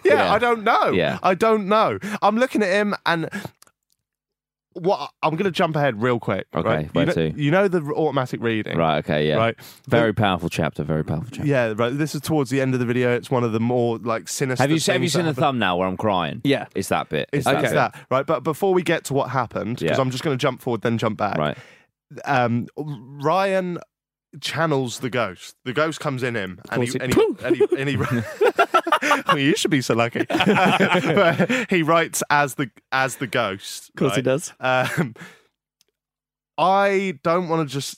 Speaker 3: yeah, I don't know.
Speaker 4: Yeah.
Speaker 3: I don't know. I'm looking at him and what I'm going to jump ahead real quick.
Speaker 4: Okay,
Speaker 3: right?
Speaker 4: where
Speaker 3: you know,
Speaker 4: to?
Speaker 3: You know the automatic reading,
Speaker 4: Right. Okay. Yeah.
Speaker 3: Right.
Speaker 4: Very powerful chapter. Very powerful chapter.
Speaker 3: Yeah, right. This is towards the end of the video. It's one of the more like sinister.
Speaker 4: Have you se- have you
Speaker 3: things that
Speaker 4: seen the
Speaker 3: happen.
Speaker 4: thumbnail where I'm crying?
Speaker 5: Yeah.
Speaker 4: It's that bit.
Speaker 3: It's,
Speaker 4: that
Speaker 3: it's
Speaker 4: bit.
Speaker 3: that right? But before we get to what happened, because
Speaker 4: Yeah.
Speaker 3: I'm just going to jump forward, then jump back.
Speaker 4: Right.
Speaker 3: Um, Ryan channels the ghost. The ghost comes in him, and
Speaker 5: course
Speaker 3: he,
Speaker 5: it-
Speaker 3: and he, and he, and he, well, you should be so lucky. but he writes as the as the ghost.
Speaker 5: Of course he does.
Speaker 3: Um, I don't want to just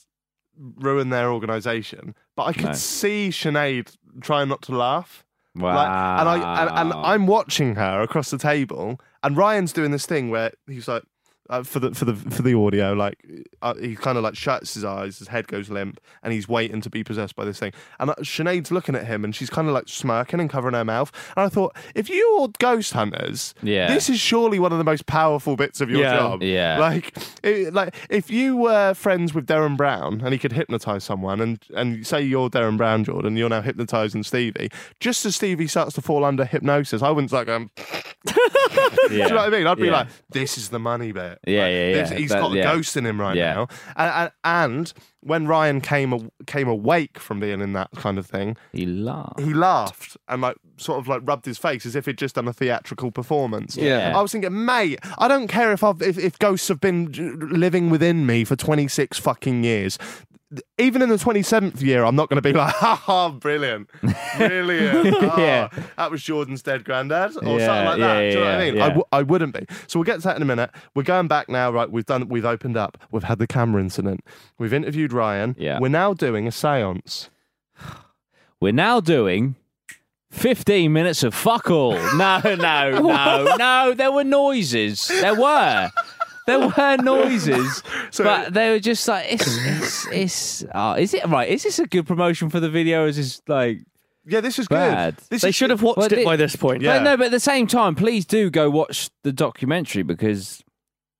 Speaker 3: ruin their organization, but I could
Speaker 4: No.
Speaker 3: see Sinead trying not to laugh.
Speaker 4: Wow.
Speaker 3: Like, and I and, and I'm watching her across the table, and Ryan's doing this thing where he's like, uh, for the for the for the audio, like uh, he kind of like shuts his eyes, his head goes limp, and he's waiting to be possessed by this thing. And uh, Sinead's looking at him, and she's kind of like smirking and covering her mouth. And I thought, if you are ghost hunters,
Speaker 4: Yeah.
Speaker 3: this is surely one of the most powerful bits of your
Speaker 5: Yeah.
Speaker 3: job.
Speaker 4: Yeah.
Speaker 3: like it, like if you were friends with Darren Brown and he could hypnotize someone, and and say you're Darren Brown, Jordan, you're now hypnotizing Stevie. Just as Stevie starts to fall under hypnosis, I wouldn't like um.
Speaker 4: Yeah.
Speaker 3: Do you know what I mean? I'd be
Speaker 4: Yeah.
Speaker 3: like, this is the money bit.
Speaker 4: Yeah,
Speaker 3: Like,
Speaker 4: yeah, yeah.
Speaker 3: this- He's
Speaker 4: That-
Speaker 3: got a
Speaker 4: yeah.
Speaker 3: ghost in him right
Speaker 4: Yeah.
Speaker 3: now. And, and, and when Ryan came a, came awake from being in that kind of thing,
Speaker 4: He laughed.
Speaker 3: he laughed and like sort of like rubbed his face as if he'd just done a theatrical performance.
Speaker 4: Yeah.
Speaker 3: I was thinking, mate, I don't care if I've if, if ghosts have been j- living within me for 26 fucking years. Even in the 27th year, I'm not going to be like, ha ha, brilliant. Brilliant. Ah,
Speaker 4: Yeah.
Speaker 3: That was Jordan's dead granddad or
Speaker 4: Yeah,
Speaker 3: something like that.
Speaker 4: yeah,
Speaker 3: Do you know what I
Speaker 4: yeah,
Speaker 3: mean?
Speaker 4: yeah.
Speaker 3: I, w- I wouldn't be. So we'll get to that in a minute. We're going back now, right? We've done, we've opened up. We've had the camera incident. We've interviewed Ryan.
Speaker 4: Yeah.
Speaker 3: We're now doing a seance.
Speaker 4: We're now doing 15 minutes of fuck all. No, no, no, no. There were noises. There were. There were noises, but they were just like it's it's, it's oh, is it right? Is this a good promotion for the video? Is this like
Speaker 3: Yeah, this is
Speaker 4: Bad.
Speaker 3: good. This
Speaker 5: They
Speaker 3: is
Speaker 5: should have watched
Speaker 4: Well,
Speaker 5: it
Speaker 4: they-
Speaker 5: by this point.
Speaker 3: Yeah.
Speaker 4: But no, but at the same time, please do go watch the documentary because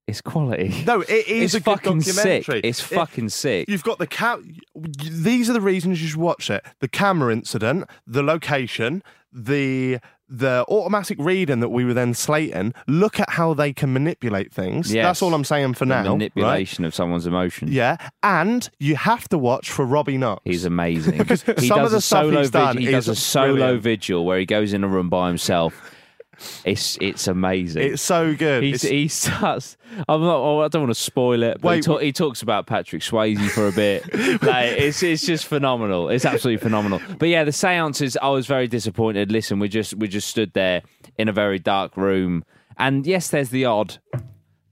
Speaker 4: it's quality.
Speaker 3: No, it
Speaker 4: it's
Speaker 3: is a good
Speaker 4: fucking sick.
Speaker 3: documentary.
Speaker 4: It's
Speaker 3: It-
Speaker 4: fucking sick.
Speaker 3: You've got the cat. These are the reasons you should watch it: the camera incident, the location, the the automatic reading that we were then slating. Look at how they can manipulate things.
Speaker 4: Yes.
Speaker 3: That's all I'm saying for now. Right?
Speaker 4: manipulation of someone's emotions.
Speaker 3: Yeah, and you have to watch for Robbie Knox.
Speaker 4: He's amazing.
Speaker 3: some
Speaker 4: he does
Speaker 3: of the stuff
Speaker 4: a solo
Speaker 3: he's done
Speaker 4: vigil. He does
Speaker 3: is
Speaker 4: a solo
Speaker 3: brilliant.
Speaker 4: vigil where he goes in a room by himself. It's it's amazing.
Speaker 3: it's so good.
Speaker 4: He's,
Speaker 3: It's-
Speaker 4: he starts. I'm not. oh, I don't want to spoil it. But he,
Speaker 3: Wait.
Speaker 4: ta- he talks about Patrick Swayze for a bit. like it's it's just phenomenal. It's absolutely phenomenal. But yeah, the seances. I was very disappointed. Listen, we just we just stood there in a very dark room, and yes, there's the odd,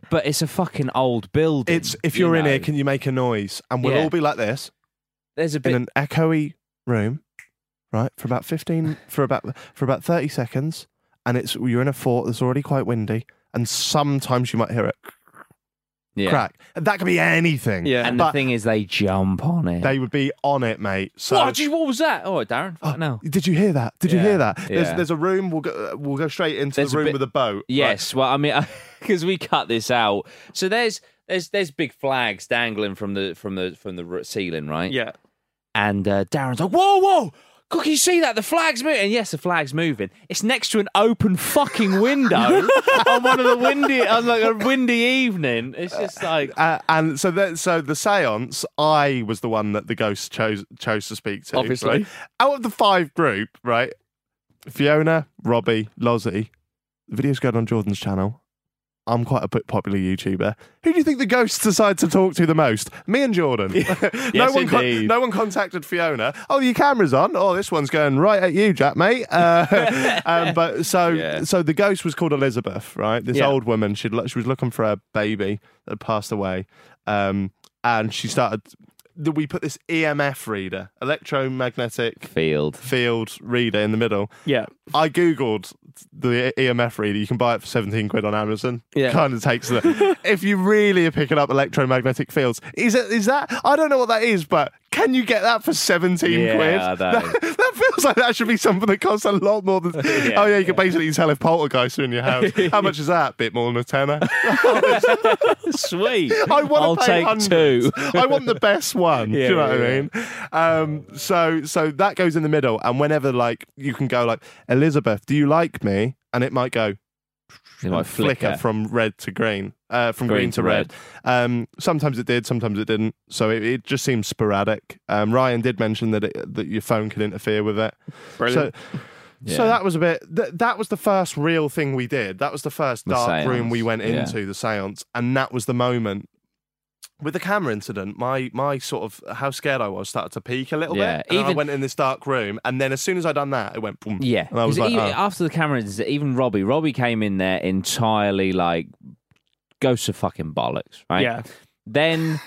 Speaker 4: but it's a fucking old building.
Speaker 3: it's if you're
Speaker 4: you
Speaker 3: in here,
Speaker 4: know.
Speaker 3: can you make a noise? And we'll
Speaker 4: Yeah.
Speaker 3: all be like this.
Speaker 4: there's a
Speaker 3: in
Speaker 4: bit.
Speaker 3: an echoey room, right, for about fifteen, for about for about thirty seconds, and it's you're in a fort that's already quite windy, and sometimes you might hear it
Speaker 4: yeah.
Speaker 3: crack. And that could be anything.
Speaker 5: Yeah.
Speaker 4: And
Speaker 3: but
Speaker 4: the thing is, they jump on it.
Speaker 3: they would be on it, mate. So.
Speaker 4: what? Gee, what was that? Oh, Darren.
Speaker 3: Oh,
Speaker 4: Fuck no.
Speaker 3: Did you hear that? Did you
Speaker 4: Yeah,
Speaker 3: hear that? There's,
Speaker 4: yeah.
Speaker 3: there's a room. We'll go. We'll go straight into
Speaker 4: There's
Speaker 3: the
Speaker 4: a
Speaker 3: room
Speaker 4: bit-
Speaker 3: with a boat. right?
Speaker 4: Yes, well, I mean, because we cut this out, so there's there's there's big flags dangling from the from the from the r- ceiling, right?
Speaker 5: Yeah.
Speaker 4: And uh, Darren's like, "Whoa, whoa, Cook, you see that? The flag's moving." And yes, the flag's moving. It's next to an open fucking window on one of the windy on like a windy evening. It's just like.
Speaker 3: Uh, and so, that, so the séance, I was the one that the ghost chose chose to speak to.
Speaker 5: Obviously.
Speaker 3: right? out of the five group, right? Fiona, Robbie, Lozzie. The video's going on Jordan's channel. I'm quite a p- popular YouTuber. Who do you think the ghosts decide to talk to the most? Me and Jordan. no one,
Speaker 4: indeed.
Speaker 3: no one contacted Fiona. Oh, your camera's on. Oh, this one's going right at you, Jack, mate. Uh, um, but so,
Speaker 4: Yeah.
Speaker 3: so the ghost was called Elizabeth, right? This
Speaker 4: Yeah.
Speaker 3: old woman. She she was looking for her baby that had passed away, um, and she started. We put this EMF reader, electromagnetic
Speaker 4: Field.
Speaker 3: field reader in the middle.
Speaker 5: Yeah.
Speaker 3: I googled the EMF reader. You can buy it for seventeen quid on Amazon.
Speaker 5: Yeah.
Speaker 3: kind of takes the. if you really are picking up electromagnetic fields, is it is that? I don't know what that is, but can you get that for seventeen
Speaker 4: Yeah,
Speaker 3: quid?
Speaker 4: I know.
Speaker 3: That, that feels like that should be something that costs a lot more than. oh yeah, you can basically tell if poltergeists are in your house. How much is that? Bit more than a tenner.
Speaker 4: Sweet.
Speaker 3: I want to
Speaker 4: I'll
Speaker 3: pay
Speaker 4: take
Speaker 3: hundreds.
Speaker 4: two.
Speaker 3: I want the best one.
Speaker 4: Yeah,
Speaker 3: do you know
Speaker 4: yeah,
Speaker 3: what I mean? Um, so so that goes in the middle, and whenever like you can go like Elizabeth, do you like me? And it might go.
Speaker 4: It might
Speaker 3: and flicker.
Speaker 4: flicker.
Speaker 3: from red to green, uh, from green, to red. Um, sometimes it did, sometimes it didn't. So it, it just seems sporadic. Um, Ryan did mention that it, that your phone can interfere with it.
Speaker 5: Brilliant.
Speaker 3: So, so
Speaker 4: Yeah.
Speaker 3: that was a bit. Th- that was the first real thing we did. That was the first
Speaker 4: The
Speaker 3: dark room we
Speaker 4: seance,
Speaker 3: went
Speaker 4: yeah.
Speaker 3: into the séance, and that was the moment. With the camera incident, my my sort of how scared I was started to peak a little
Speaker 4: Yeah,
Speaker 3: bit. And I
Speaker 4: even-
Speaker 3: went in this dark room, and then as soon as I done that, it went boom.
Speaker 4: Yeah,
Speaker 3: and I was
Speaker 4: 'cause
Speaker 3: like,
Speaker 4: even, uh,
Speaker 3: oh.
Speaker 4: after the cameras, even Robbie, Robbie came in there entirely like ghosts of fucking bollocks, right?
Speaker 5: Yeah.
Speaker 4: Then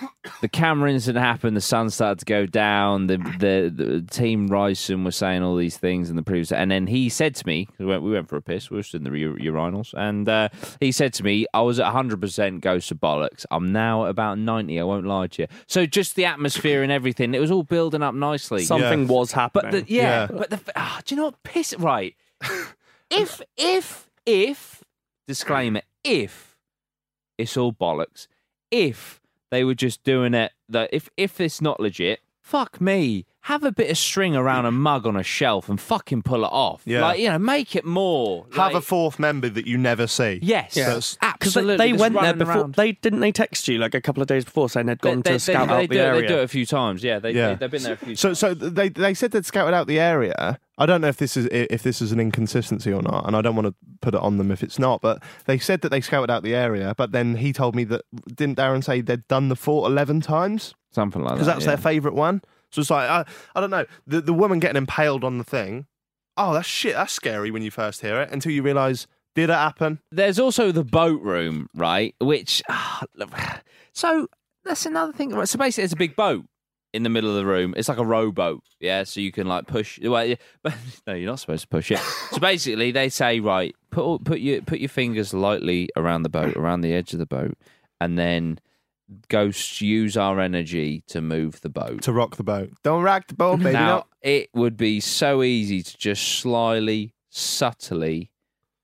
Speaker 4: the camera incident happened. The sun started to go down. The the, the team Ryson was saying all these things in the previous, and then he said to me, 'cause we went, we went for a piss. We were just in the u- urinals, and uh, he said to me, "I was at 100 percent ghosts of bollocks. I'm now at about 90. I won't lie to you." So just the atmosphere and everything, it was all building up nicely.
Speaker 5: Something
Speaker 3: Yeah.
Speaker 5: was happening.
Speaker 4: But the, yeah,
Speaker 3: Yeah.
Speaker 4: but the ah, do you know what piss right? if if if disclaimer if it's all bollocks. If they were just doing it that if if it's not legit, fuck me. Have a bit of string around a mug on a shelf and fucking pull it off.
Speaker 3: Yeah.
Speaker 4: Like, you know, make it more.
Speaker 3: have a
Speaker 4: like-
Speaker 3: fourth member that you never see.
Speaker 4: Yes.
Speaker 5: Yeah.
Speaker 3: That's-
Speaker 5: Because they,
Speaker 4: Absolutely.
Speaker 5: they
Speaker 4: just
Speaker 5: went there
Speaker 4: running
Speaker 5: before.
Speaker 4: around.
Speaker 5: They didn't they text you like a couple of days before saying they'd gone
Speaker 4: they,
Speaker 5: to scout
Speaker 4: they,
Speaker 5: out
Speaker 4: they
Speaker 5: the
Speaker 4: do, it-
Speaker 5: area.
Speaker 4: They do it a few times. Yeah. They,
Speaker 3: Yeah.
Speaker 4: They, have been there a few
Speaker 3: So,
Speaker 4: times.
Speaker 3: so they they said they'd scouted out the area. I don't know if this is if this is an inconsistency or not, and I don't want to put it on them if it's not. But they said that they scouted out the area, but then he told me that didn't Darren say they'd done the fort eleven times
Speaker 4: Something like that.
Speaker 3: because that's
Speaker 4: yeah.
Speaker 3: their favourite one. So it's like I, I don't know the the woman getting impaled on the thing. Oh, that's shit. That's scary when you first hear it until you realise did it happen?
Speaker 4: there's also the boat room, right? Which ah, look, so that's another thing. right, So basically, it's a big boat in the middle of the room. It's like a rowboat, yeah. So you can like push. Well, yeah, but no, you're not supposed to push it. so basically, they say right, put all- put your put your fingers lightly around the boat, around the edge of the boat, and then ghosts use our energy to move the boat.
Speaker 3: To rock the boat. Don't rock the boat, baby.
Speaker 4: Now,
Speaker 3: don't-
Speaker 4: it would be so easy to just slyly, subtly,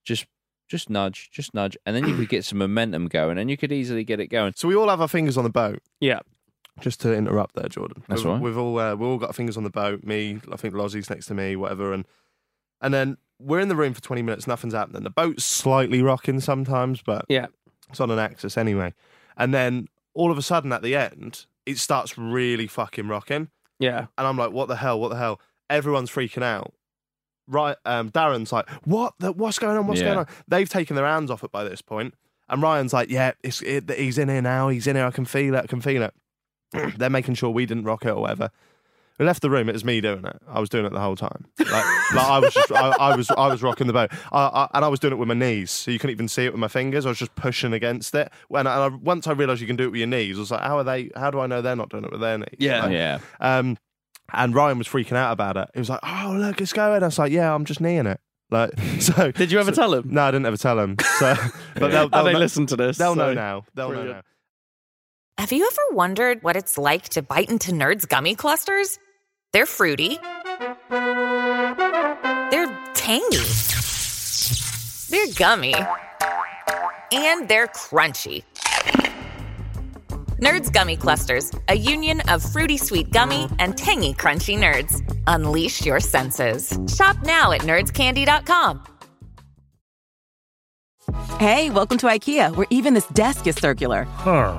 Speaker 4: just just nudge, just nudge, and then you could get some momentum going, and you could easily get it going.
Speaker 3: So we all have our fingers on the boat.
Speaker 5: Yeah.
Speaker 3: just to interrupt there, Jordan.
Speaker 4: That's
Speaker 3: we've,
Speaker 4: all right.
Speaker 3: We've all uh, we've all got our fingers on the boat. Me, I think Lozzie's next to me, whatever, and and then we're in the room for twenty minutes. Nothing's happening. The boat's slightly rocking sometimes, but
Speaker 5: Yeah.
Speaker 3: it's on an axis anyway. And then all of a sudden, at the end, it starts really fucking rocking,
Speaker 5: Yeah.
Speaker 3: and I'm like, "What the hell? What the hell?" Everyone's freaking out. Right, um, Darren's like, "What? The, what's going on? What's
Speaker 4: Yeah.
Speaker 3: going on?" They've taken their hands off it by this point, and Ryan's like, "Yeah, it's, it, he's in here now. He's in here. I can feel it. I can feel it." They're making sure we didn't rock it or whatever. We left the room. It was me doing it. I was doing it the whole time. Like, like I was, just, I, I was, I was rocking the boat, I, I, and I was doing it with my knees, so you couldn't even see it with my fingers. I was just pushing against it. When I, and I, once I realised you can do it with your knees, I was like, "How are they? How do I know they're not doing it with their knees?"
Speaker 5: Yeah.
Speaker 3: Like,
Speaker 4: Yeah,
Speaker 3: um, and Ryan was freaking out about it. He was like, "Oh, look, it's going." I was like, "Yeah, I'm just kneeing it." Like, so
Speaker 5: Did you ever tell them?
Speaker 3: no, I didn't ever tell him. So, but they'll,
Speaker 5: Oh,
Speaker 3: they'll,
Speaker 5: they
Speaker 3: know-
Speaker 5: listen to this.
Speaker 3: they'll know
Speaker 5: so-
Speaker 3: now. They'll know
Speaker 5: Brilliant.
Speaker 3: now.
Speaker 6: Have you ever wondered what it's like to bite into Nerds gummy clusters? They're fruity. They're tangy. They're gummy. And they're crunchy. Nerds gummy clusters, a union of fruity sweet gummy and tangy crunchy nerds. Unleash your senses. Shop now at nerdscandy.com.
Speaker 7: Hey, welcome to IKEA, where even this desk is circular.
Speaker 8: Huh.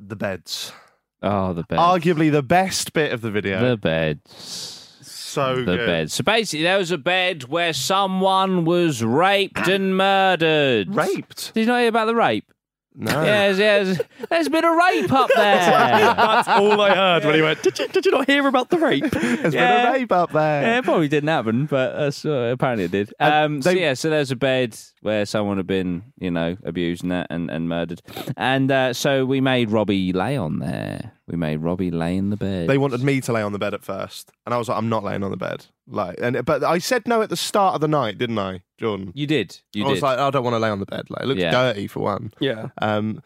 Speaker 3: the beds.
Speaker 4: oh the bed,
Speaker 3: Arguably the best bit of the video.
Speaker 4: the beds,
Speaker 3: so
Speaker 4: the
Speaker 3: good.
Speaker 4: bed. So basically, there was a bed where someone was raped and murdered.
Speaker 3: Raped?
Speaker 4: Did you not hear about the rape?
Speaker 3: No.
Speaker 4: Yes, yes. There's been a rape up there.
Speaker 5: That's all I heard when he went. Did you, did you not hear about the rape?
Speaker 3: There's
Speaker 4: Yeah.
Speaker 3: been a rape up there.
Speaker 4: Yeah, it probably didn't happen, but that's, uh, apparently it did. Um, so yeah, so there's a bed where someone had been, you know, abused and that and, and murdered, and uh, so we made Robbie lay on there, we made Robbie lay in the bed.
Speaker 3: They wanted me to lay on the bed at first, and I was like, "I'm not laying on the bed." Like, and but I said no at the start of the night, didn't I, Jordan?
Speaker 4: You did. You
Speaker 3: I
Speaker 4: did.
Speaker 3: was like, "I don't want to lay on the bed. Like, it looks
Speaker 4: Yeah.
Speaker 3: dirty for one."
Speaker 5: Yeah.
Speaker 3: Um,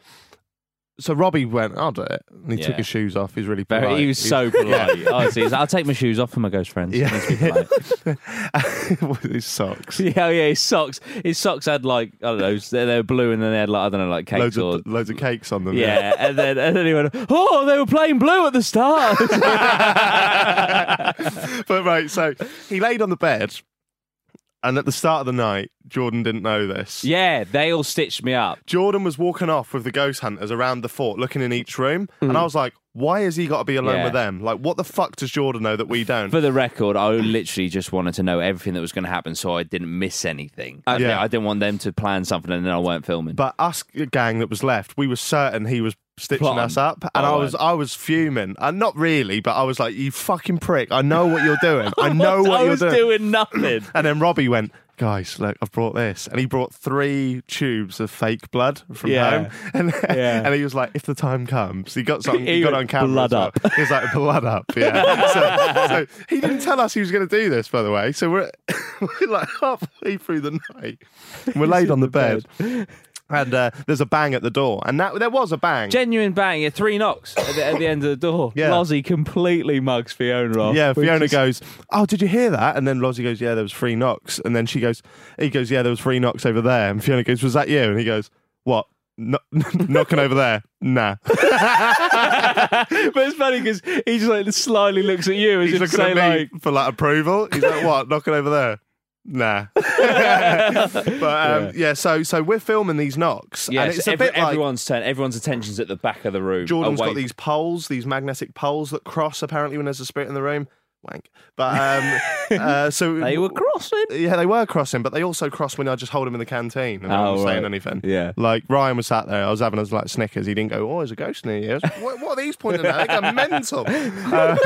Speaker 3: so Robbie went, "I'll do it," and he
Speaker 4: Yeah.
Speaker 3: took his shoes off. He's really
Speaker 4: Very,
Speaker 3: polite.
Speaker 4: he was so polite. Honestly, he's like, I'll take my shoes off for my ghost friends.
Speaker 3: Yeah.
Speaker 4: Let's be polite.
Speaker 3: with his socks.
Speaker 4: yeah, oh, yeah. His socks, his socks had like I don't know, they they were blue, and then they had like I don't know, like cakes
Speaker 3: Loads
Speaker 4: or
Speaker 3: of, loads of cakes on them.
Speaker 4: yeah. And then and then he went, oh, they were playing blue at the start.
Speaker 3: but right, so he laid on the bed, and at the start of the night, Jordan didn't know this.
Speaker 4: yeah, they all stitched me up.
Speaker 3: Jordan was walking off with the ghost hunters around the fort, looking in each room, and I was like, "Why has he got to be alone
Speaker 4: Hmm. Yeah.
Speaker 3: with them? Like, what the fuck does Jordan know that we don't?"
Speaker 4: For the record, I literally just wanted to know everything that was going to happen, so I didn't miss anything. I,
Speaker 3: Uh, Yeah.
Speaker 4: I didn't want them to plan something and then I weren't filming.
Speaker 3: but us gang that was left, we were certain he was stitching
Speaker 4: Plotting.
Speaker 3: us up, and
Speaker 4: Oh,
Speaker 3: I was
Speaker 4: right.
Speaker 3: I was fuming, and not really, but I was like, "You fucking prick! I know what you're doing. I know oh, what
Speaker 4: I
Speaker 3: you're
Speaker 4: was
Speaker 3: doing.
Speaker 4: doing nothing.
Speaker 3: And then Robbie went, guys, look, I've brought this. And he brought three tubes of fake blood from
Speaker 4: Yeah.
Speaker 3: home. And,
Speaker 4: Yeah.
Speaker 3: and he was like, if the time comes, he got something, he,
Speaker 4: He
Speaker 3: got it
Speaker 4: went,
Speaker 3: on camera. as
Speaker 4: "Blood
Speaker 3: well."
Speaker 4: up.
Speaker 3: He was like, blood up, yeah. so, so he didn't tell us he was going to do this, by the way. So we're, we're like halfway through the night. We're laid on the bed. And uh, there's a bang at the door. And that there was a bang.
Speaker 4: Genuine bang, yeah, three knocks at the, at the end of the door.
Speaker 3: Yeah.
Speaker 4: Lozzie completely mugs Fiona off.
Speaker 3: Yeah,
Speaker 4: which
Speaker 3: Fiona
Speaker 4: is-
Speaker 3: goes, "Oh, did you hear that?" And then Lozzie goes, "Yeah, there was three knocks." And then she goes, "He goes, yeah, there was three knocks over there." And Fiona goes, "Was that you?" And he goes, "What? No- knocking over there? Nah."
Speaker 4: but it's funny because he just like slyly looks at you as
Speaker 3: He's
Speaker 4: if to
Speaker 3: looking
Speaker 4: say
Speaker 3: at me
Speaker 4: like,
Speaker 3: for like approval. He's like, "What? knocking over there?" Nah. but um, yeah. so so we're filming these knocks,
Speaker 4: yes,
Speaker 3: and it's a
Speaker 4: every-
Speaker 3: bit like.
Speaker 4: everyone's turn, everyone's attention's at the back of the room.
Speaker 3: Jordan's
Speaker 4: away
Speaker 3: got these poles, these magnetic poles that cross apparently when there's a spirit in the room. Wank. But um, uh, so
Speaker 4: They were crossing.
Speaker 3: Yeah, they were crossing, but they also cross when I just hold them in the canteen and no
Speaker 4: Oh,
Speaker 3: one was saying
Speaker 4: right.
Speaker 3: anything.
Speaker 4: Yeah.
Speaker 3: Like Ryan was sat there, I was having his like Snickers. He didn't go, "Oh, there's a ghost near you." I was like, what, what are these pointing at? They're mental. Uh,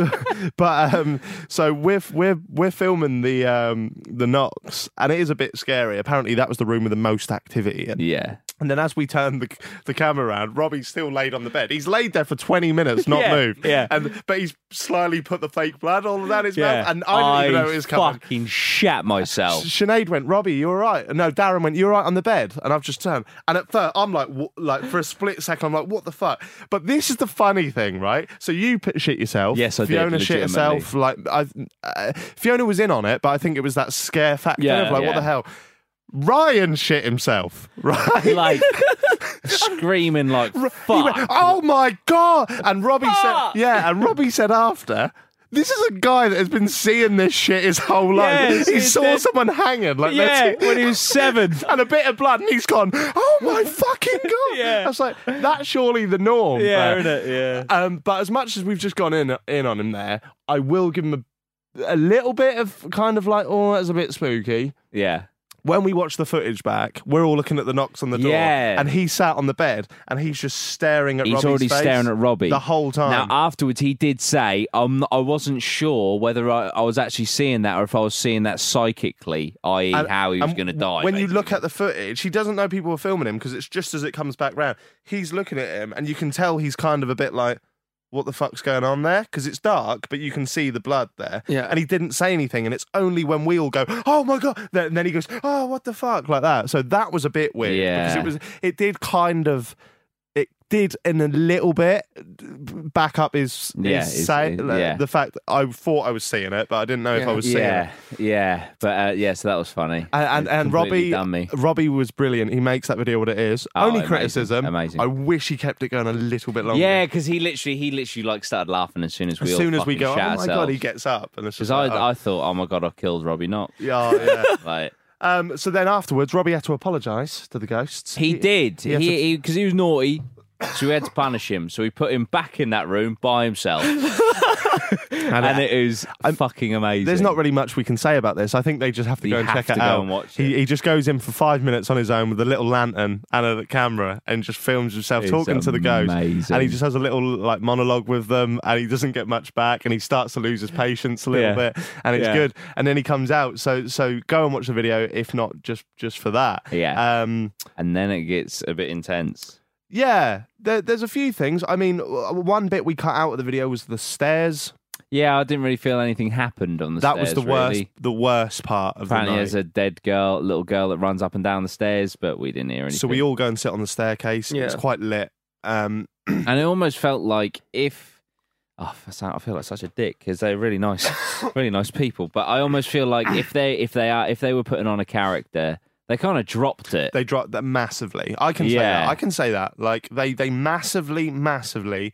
Speaker 3: but um, so we're we're we're filming the um the knocks, and it is a bit scary. Apparently, that was the room with the most activity. in.
Speaker 4: Yeah.
Speaker 3: And then as we turned the, the camera around, Robbie's still laid on the bed. He's laid there for 20 minutes, not
Speaker 4: Yeah,
Speaker 3: moved.
Speaker 4: yeah.
Speaker 3: And, but he's slyly put the fake blood all down his
Speaker 4: Yeah.
Speaker 3: mouth. And I didn't even know it was coming.
Speaker 4: fucking shat myself.
Speaker 3: Sh- Sinead went, Robbie, you all right? No, Darren went, you all right on the bed? And I've just turned. And at first, I'm like, wha- like for a split second, I'm like, what the fuck? But this is the funny thing, right? So you p- shit yourself.
Speaker 4: Yes, I did,
Speaker 3: Fiona shit
Speaker 4: legitimately.
Speaker 3: herself. Like, I, uh, Fiona was in on it, but I think it was that scare factor
Speaker 4: Yeah,
Speaker 3: of like, what
Speaker 4: yeah.
Speaker 3: the hell? Ryan shit himself, right?
Speaker 4: like screaming like
Speaker 3: He
Speaker 4: fuck.
Speaker 3: went, oh my god! And Robbie
Speaker 4: Fuck.
Speaker 3: said, yeah. And Robbie said after. This is a guy that has been seeing this shit his whole life.
Speaker 4: Yes,
Speaker 3: he
Speaker 4: it's
Speaker 3: saw
Speaker 4: that-
Speaker 3: someone hanging like
Speaker 4: yeah,
Speaker 3: that's-
Speaker 4: when he was seven.
Speaker 3: and a bit of blood, and he's gone. Oh my fucking god!
Speaker 4: Yeah.
Speaker 3: I was like, that's surely the norm.
Speaker 4: Yeah,
Speaker 3: there.
Speaker 4: innit? Yeah.
Speaker 3: Um, but as much as we've just gone in in on him there, I will give him a, a little bit of kind of like, oh, that's a bit spooky.
Speaker 4: Yeah.
Speaker 3: When we watch the footage back, we're all looking at the knocks on the door,
Speaker 4: Yeah.
Speaker 3: and he sat on the bed and he's just staring at.
Speaker 4: He's
Speaker 3: Robbie's
Speaker 4: already
Speaker 3: face
Speaker 4: staring at Robbie
Speaker 3: the whole time.
Speaker 4: Now, afterwards, he did say, "I'm. not- I wasn't sure whether I, I was actually seeing that or if I was seeing that psychically, i.e.,
Speaker 3: And-
Speaker 4: how he was
Speaker 3: and
Speaker 4: going to die."
Speaker 3: When you look at the footage, he doesn't know people are filming him because it's just as it comes back round. He's looking at him, and you can tell he's kind of a bit like, "What the fuck's going on there?" Because it's dark, but you can see the blood there.
Speaker 5: Yeah.
Speaker 3: And he didn't say anything, and it's only when we all go, "Oh my god!" that- and then he goes, "Oh, what the fuck?" like that. So that was a bit weird because
Speaker 4: Yeah.
Speaker 3: it was. It did kind of. It did in a little bit back up his,
Speaker 4: Yeah,
Speaker 3: his
Speaker 4: it's-
Speaker 3: say,
Speaker 4: it- yeah.
Speaker 3: the fact that I thought I was seeing it, but I didn't know if I was seeing it.
Speaker 4: yeah, yeah, but uh, yeah, so that was funny.
Speaker 3: And and,
Speaker 4: It
Speaker 3: and
Speaker 4: completely
Speaker 3: Robbie
Speaker 4: done me.
Speaker 3: Robbie was brilliant. He makes that video what it is.
Speaker 4: Oh,
Speaker 3: Only
Speaker 4: amazing,
Speaker 3: criticism.
Speaker 4: amazing.
Speaker 3: I wish he kept it going a little bit longer.
Speaker 4: Yeah, because he literally, he literally like started laughing as soon as we
Speaker 3: As
Speaker 4: all
Speaker 3: soon as we
Speaker 4: fucking
Speaker 3: go, oh
Speaker 4: shat
Speaker 3: my god,
Speaker 4: ourselves.
Speaker 3: he gets up, and it's
Speaker 4: Because
Speaker 3: just
Speaker 4: I,
Speaker 3: like, oh.
Speaker 4: I thought, oh my god, I killed Robbie Knox.
Speaker 3: yeah, yeah.
Speaker 4: Like
Speaker 3: um, so then afterwards, Robbie had to apologise to the ghosts.
Speaker 4: he did,
Speaker 3: had to-
Speaker 4: he because he, was naughty, so we had to punish him. So we put him back in that room by himself, and, it was fucking amazing.
Speaker 3: There's not really much we can say about this. I think they just have to
Speaker 4: You
Speaker 3: go and
Speaker 4: have
Speaker 3: check
Speaker 4: to
Speaker 3: it
Speaker 4: go
Speaker 3: out.
Speaker 4: and watch
Speaker 3: he,
Speaker 4: it.
Speaker 3: he just goes in for five minutes on his own with a little lantern and a camera and just films himself
Speaker 4: It's
Speaker 3: talking to the ghost.
Speaker 4: amazing.
Speaker 3: And he just has a little like monologue with them and he doesn't get much back and he starts to lose his patience a little
Speaker 4: Yeah.
Speaker 3: bit and it's
Speaker 4: Yeah.
Speaker 3: good. And then he comes out. So so go and watch the video if not just just for that.
Speaker 4: Yeah.
Speaker 3: Um
Speaker 4: and then it gets a bit intense.
Speaker 3: Yeah, there, there's a few things. I mean, w- one bit we cut out of the video was the stairs.
Speaker 4: Yeah, I didn't really feel anything happened on the
Speaker 3: That was
Speaker 4: stairs.
Speaker 3: the worst,
Speaker 4: really.
Speaker 3: the worst part of
Speaker 4: Apparently,
Speaker 3: the night.
Speaker 4: there's a dead girl, little girl that runs up and down the stairs, but we didn't hear anything.
Speaker 3: so we all go and sit on the staircase.
Speaker 5: Yeah.
Speaker 3: It's quite lit. Um,
Speaker 4: and it almost felt like if oh, I sound- I feel like such a dick because they're really nice, really nice people. But I almost feel like if they if they are if they were putting on a character, they kind of dropped it.
Speaker 3: they dropped that massively. I can say that.
Speaker 4: Yeah.
Speaker 3: I can say that. Like they they massively, massively.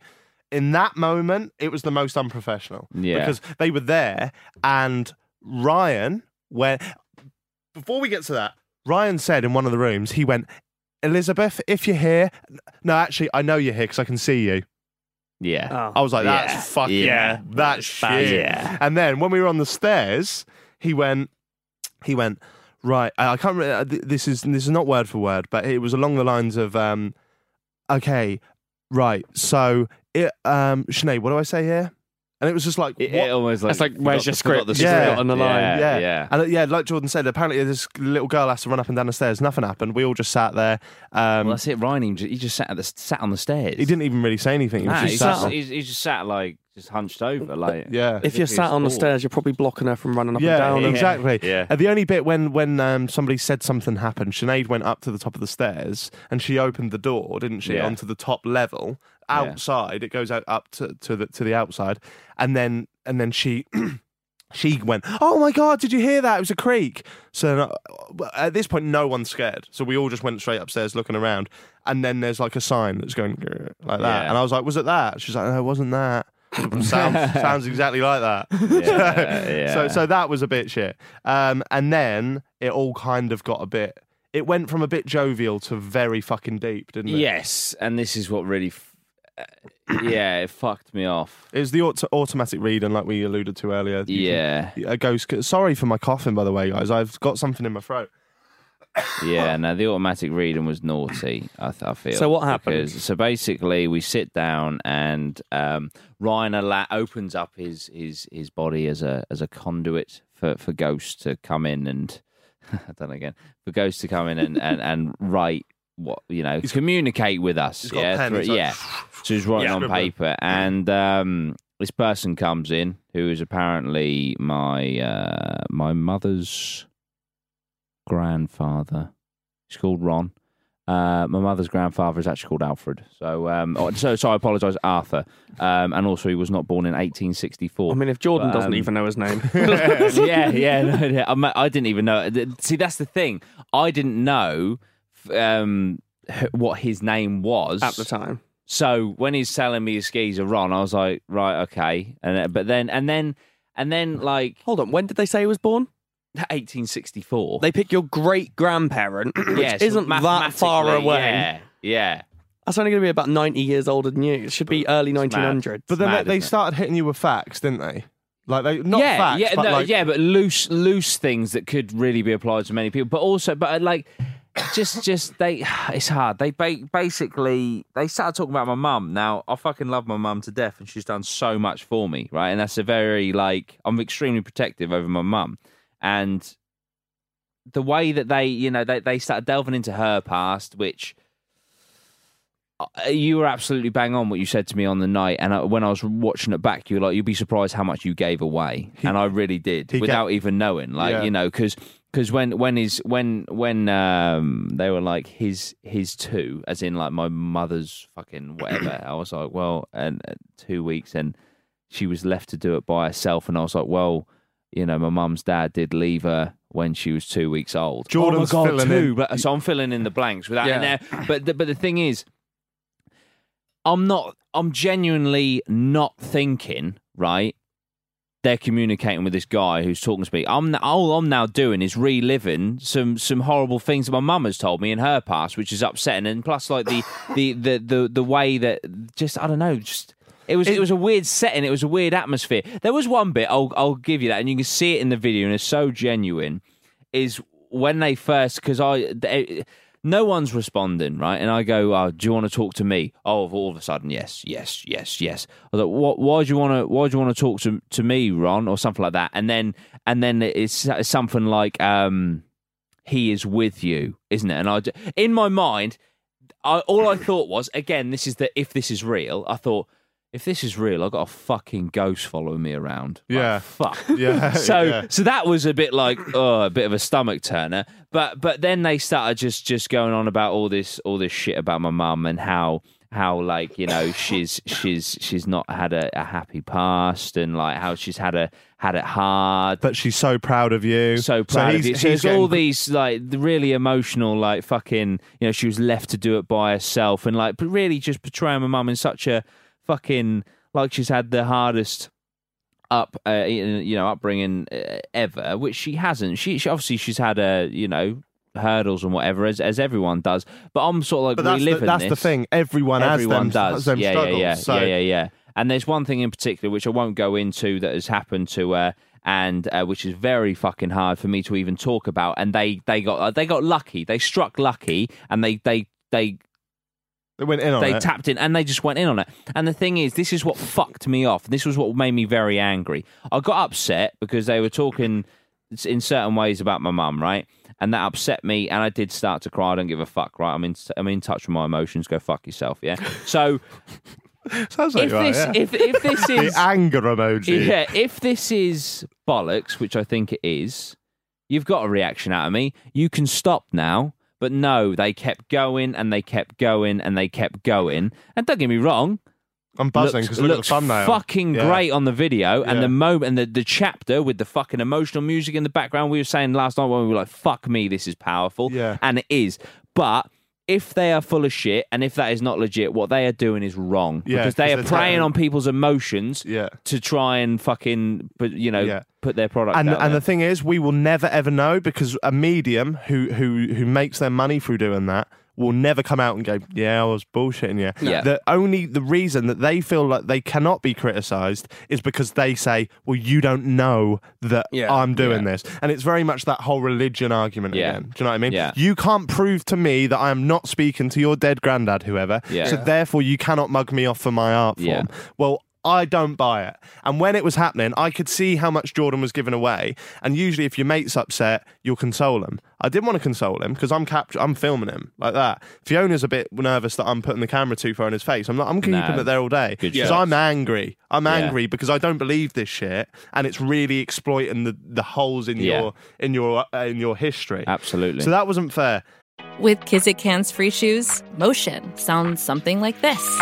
Speaker 3: In that moment, it was the most unprofessional.
Speaker 4: Yeah.
Speaker 3: Because they were there and Ryan where before we get to that, Ryan said in one of the rooms, he went, Elizabeth, if you're here, no, actually, I know you're here because I can see you.
Speaker 4: yeah,
Speaker 3: I was like, that's
Speaker 4: Yeah.
Speaker 3: fucking,
Speaker 4: Yeah.
Speaker 3: that's
Speaker 4: bad.
Speaker 3: shit.
Speaker 4: Yeah.
Speaker 3: And then when we were on the stairs, he went, he went, right, I I can't remember, th- this is, this is not word for word, but it was along the lines of, um, okay, right, so, it, um, Sinead, what do I say here? And it was just like,
Speaker 4: it,
Speaker 3: what?
Speaker 4: it almost like
Speaker 5: That's like, where's
Speaker 4: forgot-
Speaker 5: your
Speaker 4: forgot
Speaker 5: script?
Speaker 4: the
Speaker 5: You've
Speaker 3: Yeah.
Speaker 5: forgotten the line.
Speaker 4: Yeah,
Speaker 3: yeah,
Speaker 4: yeah.
Speaker 3: And uh, yeah, like Jordan said, apparently this little girl has to run up and down the stairs. Nothing happened. We all just sat there. Um,
Speaker 4: Well, that's it. Ryan, he ju- he just sat at the sat on the stairs.
Speaker 3: he didn't even really say anything. He was
Speaker 4: Nah,
Speaker 3: just
Speaker 4: he's,
Speaker 3: sat
Speaker 4: just,
Speaker 3: there.
Speaker 4: he's, he's just sat like just hunched over, like
Speaker 3: yeah.
Speaker 5: If you're
Speaker 4: If
Speaker 5: sat
Speaker 4: it's
Speaker 5: on the
Speaker 4: all-
Speaker 5: stairs, you're probably blocking her from running up
Speaker 3: yeah,
Speaker 5: and down. and-
Speaker 3: exactly.
Speaker 4: Yeah.
Speaker 3: And the only bit when when um, somebody said something happened, Sinead went up to the top of the stairs and she opened the door, didn't she,
Speaker 4: Yeah.
Speaker 3: onto the top level outside. It goes out up to, to the to the outside, and then and then she she went, "Oh my god, did you hear that? It was a creak." So uh, at this point, no one's scared. So we all just went straight upstairs, looking around, and then there's like a sign that's going "Grr," like that,
Speaker 4: Yeah.
Speaker 3: and I was like, "Was it that?" She's like, "No, it wasn't that." sounds, sounds exactly like that.
Speaker 4: Yeah,
Speaker 3: so,
Speaker 4: yeah.
Speaker 3: so so that was a bit shit. Um, and then it all kind of got a bit. It went from a bit jovial to very fucking deep, didn't it?
Speaker 4: yes. And this is what really, f- uh, yeah, it fucked me off.
Speaker 3: It was the auto- automatic read, and like we alluded to earlier. you
Speaker 4: Yeah.
Speaker 3: can- A ghost. c- Sorry for my coughing, by the way, guys. I've got something in my throat.
Speaker 4: Yeah, no, the automatic reading was naughty. I, th- I feel.
Speaker 5: So what happened?
Speaker 4: Because- so basically, we sit down and um, Ryan ala- opens up his, his his body as a as a conduit for for ghosts to come in and done again for ghosts to come in and and, and write what you know communicate with us.
Speaker 3: He's got a
Speaker 4: yeah,
Speaker 3: pen,
Speaker 4: through-
Speaker 3: he's like-
Speaker 4: yeah. So he's writing
Speaker 3: Yeah.
Speaker 4: on paper, and um, this person comes in who is apparently my uh, my mother's grandfather. He's called Ron. Uh, my mother's grandfather is actually called Alfred. So, um, oh, so, so I apologise, Arthur. Um, and also, he was not born in 1864.
Speaker 5: I mean, if Jordan
Speaker 4: But,
Speaker 5: doesn't
Speaker 4: um,
Speaker 5: even know his name,
Speaker 4: yeah, yeah, no, yeah. I'm- I didn't even know. Th- See, that's the thing. I didn't know f- um, h- what his name was
Speaker 5: at the time.
Speaker 4: so when he's selling me his skis are Ron, I was like, right, okay. And uh, but then and then and then like
Speaker 5: Hold on, when did they say he was born?
Speaker 4: 1864.
Speaker 5: They pick your great grandparent, which
Speaker 4: Yeah, so
Speaker 5: isn't that far
Speaker 4: mathematically,
Speaker 5: away.
Speaker 4: Yeah, yeah.
Speaker 5: That's only going to be about 90 years older than you. It should be early 1900s.
Speaker 3: But then
Speaker 4: mad,
Speaker 3: they, they
Speaker 4: isn't it?
Speaker 3: started hitting you with facts, didn't they? Like they not
Speaker 4: yeah,
Speaker 3: facts,
Speaker 4: yeah,
Speaker 3: but
Speaker 4: no,
Speaker 3: like,
Speaker 4: yeah, but loose, loose things that could really be applied to many people. But also, but uh, like, just, just they, it's hard. They ba- basically they started talking about my mum. Now I fucking love my mum to death, and she's done so much for me, right? And that's a very like I'm extremely protective over my mum, and the way that they, you know, they they started delving into her past, which uh, you were absolutely bang on what you said to me on the night, and I, when I was watching it back, you were like, "You'd be surprised how much you gave away," and I really did
Speaker 3: he ga-
Speaker 4: without even knowing, like
Speaker 3: Yeah.
Speaker 4: you know, because when when his when when um they were like his his two, as in like my mother's fucking whatever, I was like, well, and uh, two weeks, and she was left to do it by herself, and I was like, well, you know, my mum's dad did leave her when she was two weeks old.
Speaker 3: Jordan's
Speaker 4: oh my God,
Speaker 3: filling
Speaker 4: two,
Speaker 3: in.
Speaker 4: but so I'm filling in the blanks without in
Speaker 5: Yeah.
Speaker 4: there. But the, but the thing is, I'm not. I'm genuinely not thinking. Right, they're communicating with this guy who's talking to me. I'm all I'm now doing is reliving some some horrible things that my mum has told me in her past, which is upsetting. And plus, like the the the the, the way that just I don't know, just. It was it, was a weird setting. It was a weird atmosphere. There was one bit I'll I'll give you that, and you can see it in the video, and it's so genuine. Is when they first because I they, no one's responding right, and I go, oh, "Do you want to talk to me?" Oh, all of a sudden, yes, yes, yes, yes. I was like, "What? Why do you want to? Why do you want to talk to to me, Ron, or something like that?" And then and then it's something like, um, "He is with you, isn't it?" And I d- in my mind I, all I thought was, again, this is the if this is real. I thought if this is real, I've got a fucking ghost following me around. Like,
Speaker 3: Yeah.
Speaker 4: fuck.
Speaker 3: Yeah,
Speaker 4: So
Speaker 3: yeah.
Speaker 4: so that was a bit like oh, a bit of a stomach turner. But but then they started just just going on about all this all this shit about my mum and how how like you know she's she's she's not had a, a happy past and like how she's had a had it hard
Speaker 3: But she's so proud of you.
Speaker 4: so proud of
Speaker 3: he's-
Speaker 4: you. So
Speaker 3: he's
Speaker 4: there's all
Speaker 3: getting-
Speaker 4: these like the really emotional, like fucking, you know, she was left to do it by herself, and like, but really just portraying my mum in such a fucking like she's had the hardest up, uh, you know, upbringing uh, ever, which she hasn't. She, she obviously she's had a, you know, hurdles and whatever, as as everyone does. But I'm sort of like
Speaker 3: But that's, the,
Speaker 4: reliving
Speaker 3: that's the
Speaker 4: this.
Speaker 3: thing. Everyone,
Speaker 4: Everyone
Speaker 3: has them,
Speaker 4: does.
Speaker 3: has them
Speaker 4: yeah,
Speaker 3: struggles.
Speaker 4: yeah, yeah,
Speaker 3: So
Speaker 4: yeah, yeah, yeah. And there's one thing in particular which I won't go into that has happened to her, and uh, which is very fucking hard for me to even talk about. And they they got uh, they got lucky. They struck lucky, and they they they
Speaker 3: they went in on
Speaker 4: they
Speaker 3: it.
Speaker 4: tapped in and they just went in on it. And the thing is, this is what fucked me off. This was what made me very angry. I got upset because they were talking in certain ways about my mum, right? And that upset me, and I did start to cry. I don't give a fuck, right? I'm in, I'm in touch with my emotions. Go fuck yourself, yeah. So
Speaker 3: Sounds like
Speaker 4: if
Speaker 3: Oh, you are,
Speaker 4: this,
Speaker 3: yeah.
Speaker 4: if, if this is,
Speaker 3: the anger emoji.
Speaker 4: yeah, if this is bollocks, which I think it is, you've got a reaction out of me. You can stop now. But no, they kept going and they kept going and they kept going. And don't get me wrong,
Speaker 3: I'm buzzing because
Speaker 4: looks,
Speaker 3: look
Speaker 4: looks
Speaker 3: at the thumbnail.
Speaker 4: fucking
Speaker 3: Yeah.
Speaker 4: great on the video and
Speaker 3: Yeah.
Speaker 4: the moment and the, the chapter with the fucking emotional music in the background. We were saying last night when we were like, "Fuck me, this is powerful,"
Speaker 3: Yeah.
Speaker 4: and it is. But if they are full of shit and if that is not legit, what they are doing is wrong
Speaker 3: Yeah,
Speaker 4: because they
Speaker 3: 'cause
Speaker 4: are
Speaker 3: they're
Speaker 4: preying
Speaker 3: tapping-
Speaker 4: on people's emotions
Speaker 3: Yeah.
Speaker 4: to try and fucking, put, you know,
Speaker 3: Yeah.
Speaker 4: put their product
Speaker 3: And
Speaker 4: out
Speaker 3: and
Speaker 4: there.
Speaker 3: the thing is, we will never ever know because a medium who who who makes their money through doing that will never come out and go, "Yeah, I was bullshitting you."
Speaker 4: No. Yeah.
Speaker 3: The only the reason that they feel like they cannot be criticised is because they say, "Well, you don't know that
Speaker 5: Yeah.
Speaker 3: I'm doing this," and it's very much that whole religion argument
Speaker 4: Yeah.
Speaker 3: again. Do you know what I mean?
Speaker 4: Yeah.
Speaker 3: You can't prove to me that I am not speaking to your dead granddad, whoever.
Speaker 4: Yeah.
Speaker 3: So
Speaker 4: Yeah.
Speaker 3: therefore, you cannot mug me off for my art form.
Speaker 4: Yeah.
Speaker 3: Well, I don't buy it. And when it was happening, I could see how much Jordan was giving away. And usually, if your mate's upset, you'll console him. I didn't want to console him because I'm capt- I'm filming him like that. Fiona's a bit nervous that I'm putting the camera too far in his face. I'm like, I'm keeping
Speaker 4: Nah.
Speaker 3: it there all day
Speaker 4: Good
Speaker 3: because
Speaker 4: shots.
Speaker 3: I'm angry. I'm
Speaker 4: Yeah.
Speaker 3: angry because I don't believe this shit, and it's really exploiting the, the holes in
Speaker 4: Yeah.
Speaker 3: your in your uh, in your history.
Speaker 4: Absolutely.
Speaker 3: So that wasn't fair.
Speaker 9: With Kizik Hands Free Shoes, motion sounds something like this.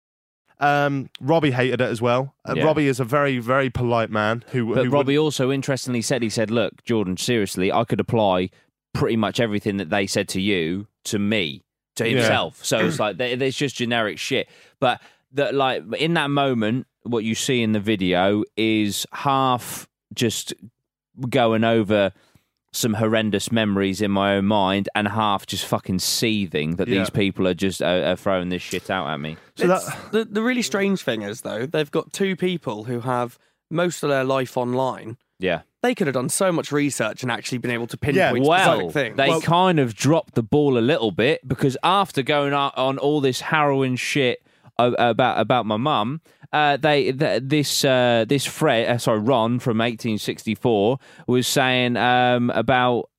Speaker 3: Um, Robbie hated it as well. Uh,
Speaker 4: Yeah.
Speaker 3: Robbie is a very very polite man who.
Speaker 4: But
Speaker 3: who
Speaker 4: Robbie also interestingly said, he said, look, Jordan, seriously, I could apply pretty much everything that they said to you to me, to
Speaker 3: Yeah.
Speaker 4: himself. So it's like, there- there's just generic shit. But that, like, in that moment, what you see in the video is half just going over some horrendous memories in my own mind and half just fucking seething that
Speaker 3: Yeah.
Speaker 4: these people are just uh, are throwing this shit out at me.
Speaker 3: So
Speaker 5: It's-
Speaker 3: that-
Speaker 5: the, the really strange thing is, though, they've got two people who have most of their life online.
Speaker 4: Yeah.
Speaker 5: They could have done so much research and actually been able to
Speaker 3: Yeah,
Speaker 5: pinpoint
Speaker 4: well,
Speaker 5: specific things.
Speaker 4: they kind of dropped the ball a little bit because after going on, on all this harrowing shit a- about about my mum, uh, they th- this uh, this Fred, uh, sorry Ron from 1864 was saying um, about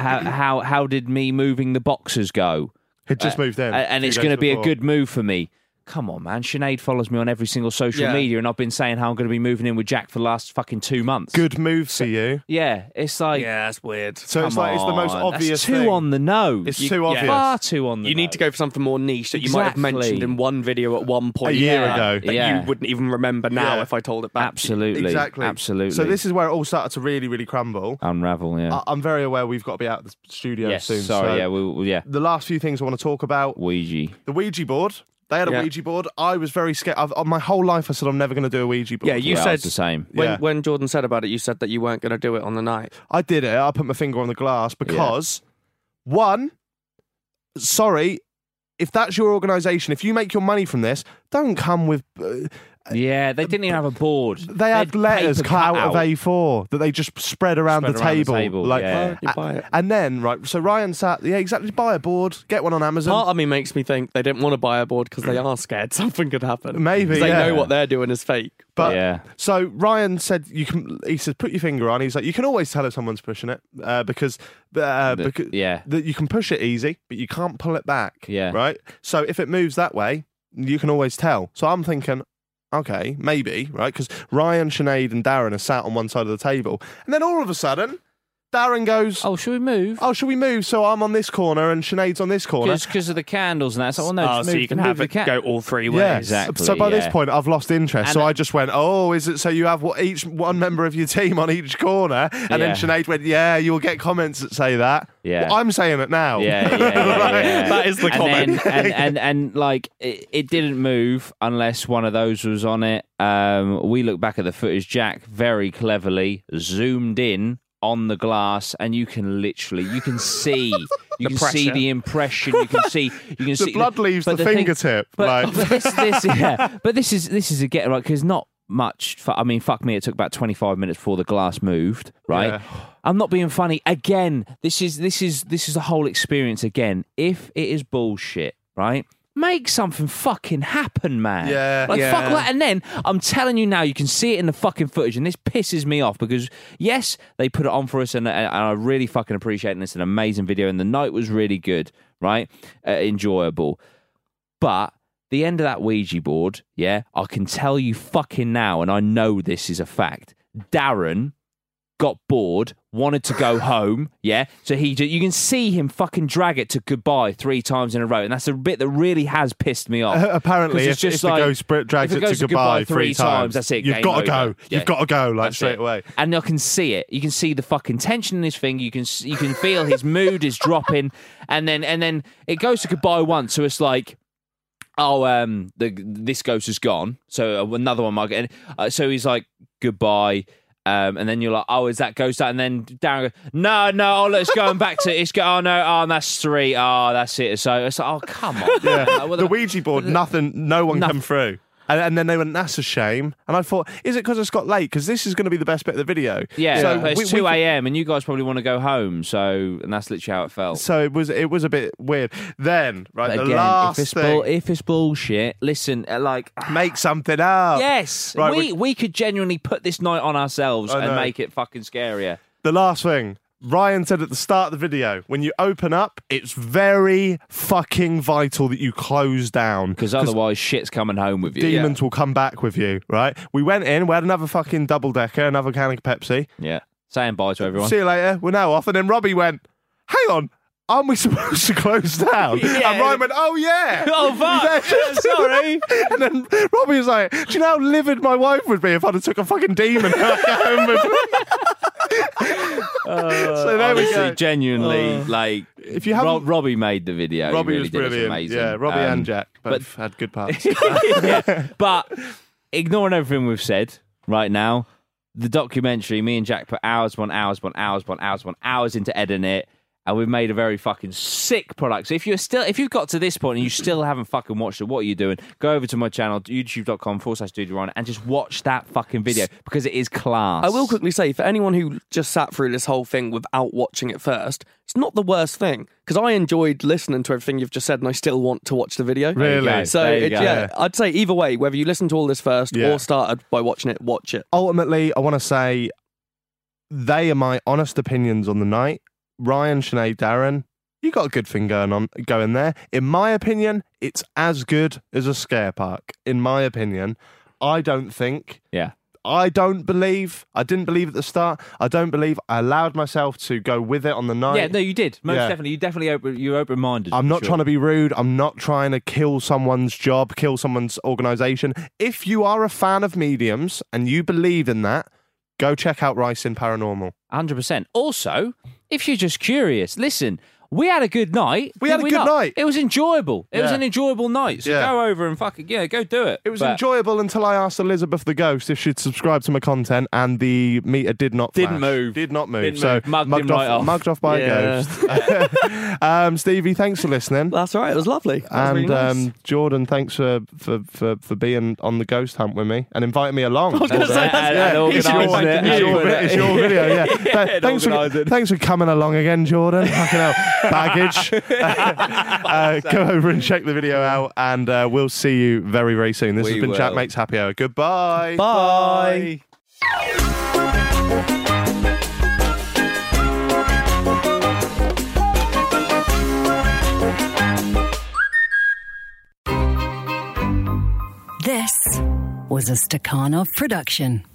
Speaker 4: how how how did me moving the boxes go?
Speaker 3: had just moved in,
Speaker 4: A- uh, and
Speaker 3: few
Speaker 4: it's
Speaker 3: days
Speaker 4: going to be a
Speaker 3: before.
Speaker 4: good move for me. Come on, man. Sinead follows me on every single social
Speaker 3: Yeah.
Speaker 4: media, and I've been saying how I'm going to be moving in with Jack for the last fucking two months.
Speaker 3: Good move to you.
Speaker 4: Yeah, it's like
Speaker 5: yeah, that's weird.
Speaker 3: So it's
Speaker 4: Come
Speaker 3: like it's the most
Speaker 4: on, that's
Speaker 3: obvious.
Speaker 4: too
Speaker 3: thing.
Speaker 4: on the nose.
Speaker 3: It's
Speaker 4: You-
Speaker 3: too
Speaker 4: yeah.
Speaker 3: obvious.
Speaker 4: Far too on the
Speaker 5: You need to go for something more niche that you might have mentioned
Speaker 4: Exactly.
Speaker 5: in one video at one point
Speaker 3: A year
Speaker 5: that-
Speaker 3: ago.
Speaker 5: that
Speaker 3: Yeah.
Speaker 5: you wouldn't even remember now
Speaker 3: Yeah.
Speaker 5: if I told it back.
Speaker 4: Absolutely.
Speaker 3: Exactly.
Speaker 4: Absolutely.
Speaker 3: So this is where it all started to really, really crumble.
Speaker 4: unravel. Yeah.
Speaker 3: I- I'm very aware we've got to be out of the studio
Speaker 4: yes.
Speaker 3: soon.
Speaker 4: sorry.
Speaker 3: so
Speaker 4: yeah. We, we- yeah.
Speaker 3: The last few things I want to talk about
Speaker 4: Ouija.
Speaker 3: the Ouija board. They had a
Speaker 5: Yeah.
Speaker 3: Ouija board. I was very scared. I've, uh, my whole life, I said I'm never going to do a Ouija board.
Speaker 5: Yeah, you
Speaker 4: Well,
Speaker 5: said
Speaker 4: it's the same.
Speaker 5: When,
Speaker 3: Yeah.
Speaker 5: when Jordan said about it, you said that you weren't going to do it on the night.
Speaker 3: I did it. I put my finger on the glass because one, sorry, if that's your organisation, if you make your money from this, don't come with. Uh,
Speaker 4: Yeah. They didn't even have a board.
Speaker 3: they had letters
Speaker 4: paper
Speaker 3: cut out, of
Speaker 4: cutout.
Speaker 3: A4 that they just spread around,
Speaker 4: Spread
Speaker 3: the,
Speaker 4: around the
Speaker 3: table.
Speaker 4: table,
Speaker 3: Like,
Speaker 4: yeah.
Speaker 5: Why don't you buy it?
Speaker 3: And then right, so Ryan sat. Yeah, exactly. Buy a board. Get one on Amazon.
Speaker 5: Part of me makes me think they didn't want to buy a board because they are scared something could happen.
Speaker 3: Maybe,
Speaker 5: 'Cause they
Speaker 3: yeah.
Speaker 5: know what they're doing is fake.
Speaker 3: But
Speaker 4: Yeah.
Speaker 3: so Ryan said, "You can." He said, "Put your finger on." He's like, "You can always tell if someone's pushing it uh, because, uh,
Speaker 4: The-
Speaker 3: because
Speaker 4: yeah.
Speaker 3: that you can push it easy, but you can't pull it back.
Speaker 4: Yeah.
Speaker 3: right. So if it moves that way, you can always tell. So I'm thinking." Okay, maybe, right? Because Ryan, Sinead, and Darren are sat on one side of the table. And then all of a sudden, Darren goes, Oh,
Speaker 4: Oh, should we move?
Speaker 3: shall we move? So I'm on this corner and Sinead's on this corner.
Speaker 4: Because of the candles and that. So, well, no,
Speaker 5: Oh,
Speaker 4: just
Speaker 5: so
Speaker 4: move-
Speaker 5: you can
Speaker 4: move
Speaker 5: have
Speaker 4: the
Speaker 5: it
Speaker 4: ca-
Speaker 5: go all three ways.
Speaker 3: Yeah.
Speaker 4: Exactly,
Speaker 3: So by this
Speaker 4: yeah.
Speaker 3: point, I've lost interest.
Speaker 4: And
Speaker 3: so
Speaker 4: it-
Speaker 3: I just went, "Oh, is it so you have what, each one member of your team on each corner?" And then
Speaker 4: Yeah.
Speaker 3: Sinead went, "Yeah, you'll get comments that say that."
Speaker 4: Yeah.
Speaker 3: Well, I'm saying it now.
Speaker 4: Yeah, yeah, yeah,
Speaker 3: Like,
Speaker 4: yeah.
Speaker 5: That is the
Speaker 4: and
Speaker 5: comment.
Speaker 4: Then, and, and and like it, it didn't move unless one of those was on it. Um, we look back at the footage. Jack very cleverly zoomed in on the glass, and you can literally you can see you can see
Speaker 5: pressure.
Speaker 4: the impression. You can see you can
Speaker 3: The
Speaker 4: see
Speaker 3: blood leaves
Speaker 4: but
Speaker 3: the
Speaker 4: thing-
Speaker 3: fingertip,
Speaker 4: but,
Speaker 3: like-
Speaker 4: but this, this yeah. But this is this is a get right because not much. fu- I mean, fuck me. It took about twenty five minutes before the glass moved. Right.
Speaker 3: Yeah.
Speaker 4: I'm not being funny again. This is this is this is the whole experience again. If it is bullshit, right? Make something fucking happen, man.
Speaker 3: Yeah,
Speaker 4: like
Speaker 3: yeah.
Speaker 4: fuck that. And then I'm telling you now, you can see it in the fucking footage, and this pisses me off because yes, they put it on for us, and, and I really fucking appreciate it. And it's an amazing video, and the night was really good, right? Uh, enjoyable. But the end of that Ouija board, yeah, I can tell you fucking now, and I know this is a fact. Darren got bored, wanted to go home, yeah. So he, ju- you can see him fucking drag it to goodbye three times in a row, and that's a bit that really has pissed me off.
Speaker 3: Uh, apparently,
Speaker 4: 'Cause
Speaker 3: if,
Speaker 4: it's just
Speaker 3: if
Speaker 4: like-
Speaker 3: the ghost br- drags
Speaker 4: if
Speaker 3: it to
Speaker 4: goes
Speaker 3: goodbye,
Speaker 4: three times, that's it.
Speaker 3: You've
Speaker 4: game
Speaker 3: got to
Speaker 4: over.
Speaker 3: go.
Speaker 4: Yeah.
Speaker 3: You've got to go. Like
Speaker 4: That's
Speaker 3: straight
Speaker 4: it.
Speaker 3: away.
Speaker 4: And I can see it. You can see the fucking tension in his finger. You can s- you can feel his mood is dropping, and then and then it goes to goodbye once. So it's like, oh, um, the this ghost is gone. So another one might get. In. Uh, so he's like goodbye. Um, and then you're like, oh, is that ghost out? And then Darren goes, no, no, oh, look, it's going back to it's go. Oh no, oh, and that's three. Oh, that's it. So it's like, oh, come on. man. Like, what
Speaker 3: the Ouija board, nothing, no one come through. And, and then they went, that's a shame. And I thought, is it because it's got late? Because this is going to be the best bit of the video.
Speaker 4: Yeah,
Speaker 3: So
Speaker 4: but
Speaker 3: we-
Speaker 4: it's
Speaker 3: we
Speaker 4: two
Speaker 3: can-
Speaker 4: a.m. and you guys probably want to go home. So, and that's literally how it felt.
Speaker 3: So it was, it was a bit weird. Then, right,
Speaker 4: But
Speaker 3: the
Speaker 4: again,
Speaker 3: last
Speaker 4: if it's,
Speaker 3: thing,
Speaker 4: bull, if it's bullshit, listen, uh, like,
Speaker 3: make something up.
Speaker 4: yes,
Speaker 3: Oh, Right,
Speaker 4: we,
Speaker 3: we-
Speaker 4: we could genuinely put this night on ourselves
Speaker 3: I
Speaker 4: and
Speaker 3: know.
Speaker 4: make it fucking scarier.
Speaker 3: The last thing. Ryan said at the start of the video, when you open up, it's very fucking vital that you close down.
Speaker 4: Because otherwise, shit's coming home with you.
Speaker 3: demons will come back with you, right? We went in, we had another fucking double decker, another can of Pepsi.
Speaker 4: Yeah. yeah. Saying bye to everyone.
Speaker 3: See you later, we're now off. And then Robbie went, hang on, aren't we supposed to close down? And Ryan went, oh yeah.
Speaker 4: Oh, fuck. Yeah, sorry.
Speaker 3: and then Robbie was like, do you know how livid my wife would be if I'd have took a fucking demon back home with me? so there we
Speaker 4: Honestly,
Speaker 3: go. Uh,
Speaker 4: genuinely, like,
Speaker 3: If you
Speaker 4: Rob-
Speaker 3: haven't-
Speaker 4: Robbie made the video. He
Speaker 3: Robbie
Speaker 4: really
Speaker 3: was
Speaker 4: did. It
Speaker 3: brilliant.
Speaker 4: amazing.
Speaker 3: Yeah, Robbie
Speaker 4: Um,
Speaker 3: and Jack both had good parts.
Speaker 4: yeah, but ignoring everything we've said right now, the documentary, me and Jack put hours upon hours upon hours upon hours upon hours into editing it, and we've made a very fucking sick product. So if you're still, if you've got to this point and you still haven't fucking watched it, what are you doing? Go over to my channel, youtube.com forward slash Dude Ryan, and just watch that fucking video because it is class.
Speaker 5: I will quickly say for anyone who just sat through this whole thing without watching it first, it's not the worst thing because I enjoyed listening to everything you've just said, and I still want to watch the video.
Speaker 3: There you Really? go.
Speaker 5: So
Speaker 4: There you
Speaker 5: it,
Speaker 4: go.
Speaker 5: yeah, I'd say either way, whether you listen to all this first
Speaker 3: Yeah.
Speaker 5: or started by watching it, watch it.
Speaker 3: ultimately, I want to say they are my honest opinions on the night. Ryan, Sinead, Darren, You got a good thing going on going there. In my opinion, it's as good as a scare park. In my opinion, I don't think.
Speaker 4: Yeah.
Speaker 3: I don't believe. I didn't believe at the start. I don't believe. I allowed myself to go with it on the night.
Speaker 4: yeah, no, you did. Most
Speaker 3: Yeah.
Speaker 4: definitely. You definitely open, you're open minded.
Speaker 3: I'm not trying to be rude. I'm not trying to kill someone's job, kill someone's organization. If you are a fan of mediums and you believe in that, go check out Rice in Paranormal.
Speaker 4: 100%. Also, if you're just curious, listen, we had a good night.
Speaker 3: We had
Speaker 4: did
Speaker 3: a good
Speaker 4: not?
Speaker 3: night.
Speaker 4: It was enjoyable. It was
Speaker 3: Yeah.
Speaker 4: an enjoyable night. So
Speaker 3: Yeah.
Speaker 4: go over and fucking, yeah, go do it.
Speaker 3: It was
Speaker 4: But
Speaker 3: enjoyable until I asked Elizabeth the Ghost if she'd subscribe to my content, and the meter did not
Speaker 4: Didn't
Speaker 3: flash.
Speaker 4: move.
Speaker 3: Did not move.
Speaker 4: Didn't
Speaker 3: so
Speaker 4: move. Mugged
Speaker 3: off,
Speaker 4: him right off.
Speaker 3: mugged off by
Speaker 4: Yeah.
Speaker 3: a ghost. um, Stevie, thanks for listening.
Speaker 5: That's all right. It was lovely. That was
Speaker 3: and
Speaker 5: really nice.
Speaker 3: um, Jordan, thanks for, for, for, for being on the ghost hunt with me and inviting me along.
Speaker 5: was gonna
Speaker 3: And,
Speaker 5: say,
Speaker 3: uh,
Speaker 5: that's- he should be
Speaker 3: organising
Speaker 5: thanking
Speaker 3: it. It's
Speaker 5: you.
Speaker 3: your vi- It's your video, yeah.
Speaker 4: Yeah,
Speaker 3: Th-
Speaker 4: and
Speaker 3: thanks, for,
Speaker 4: organising.
Speaker 3: thanks for coming along again, Jordan. Fucking hell. Baggage. uh, go over and check the video out, and uh, we'll see you very, very soon. This
Speaker 4: We
Speaker 3: has been
Speaker 4: will.
Speaker 3: Jack Makes Happy Hour. Goodbye.
Speaker 5: Bye.
Speaker 10: This was a Stakhanov production.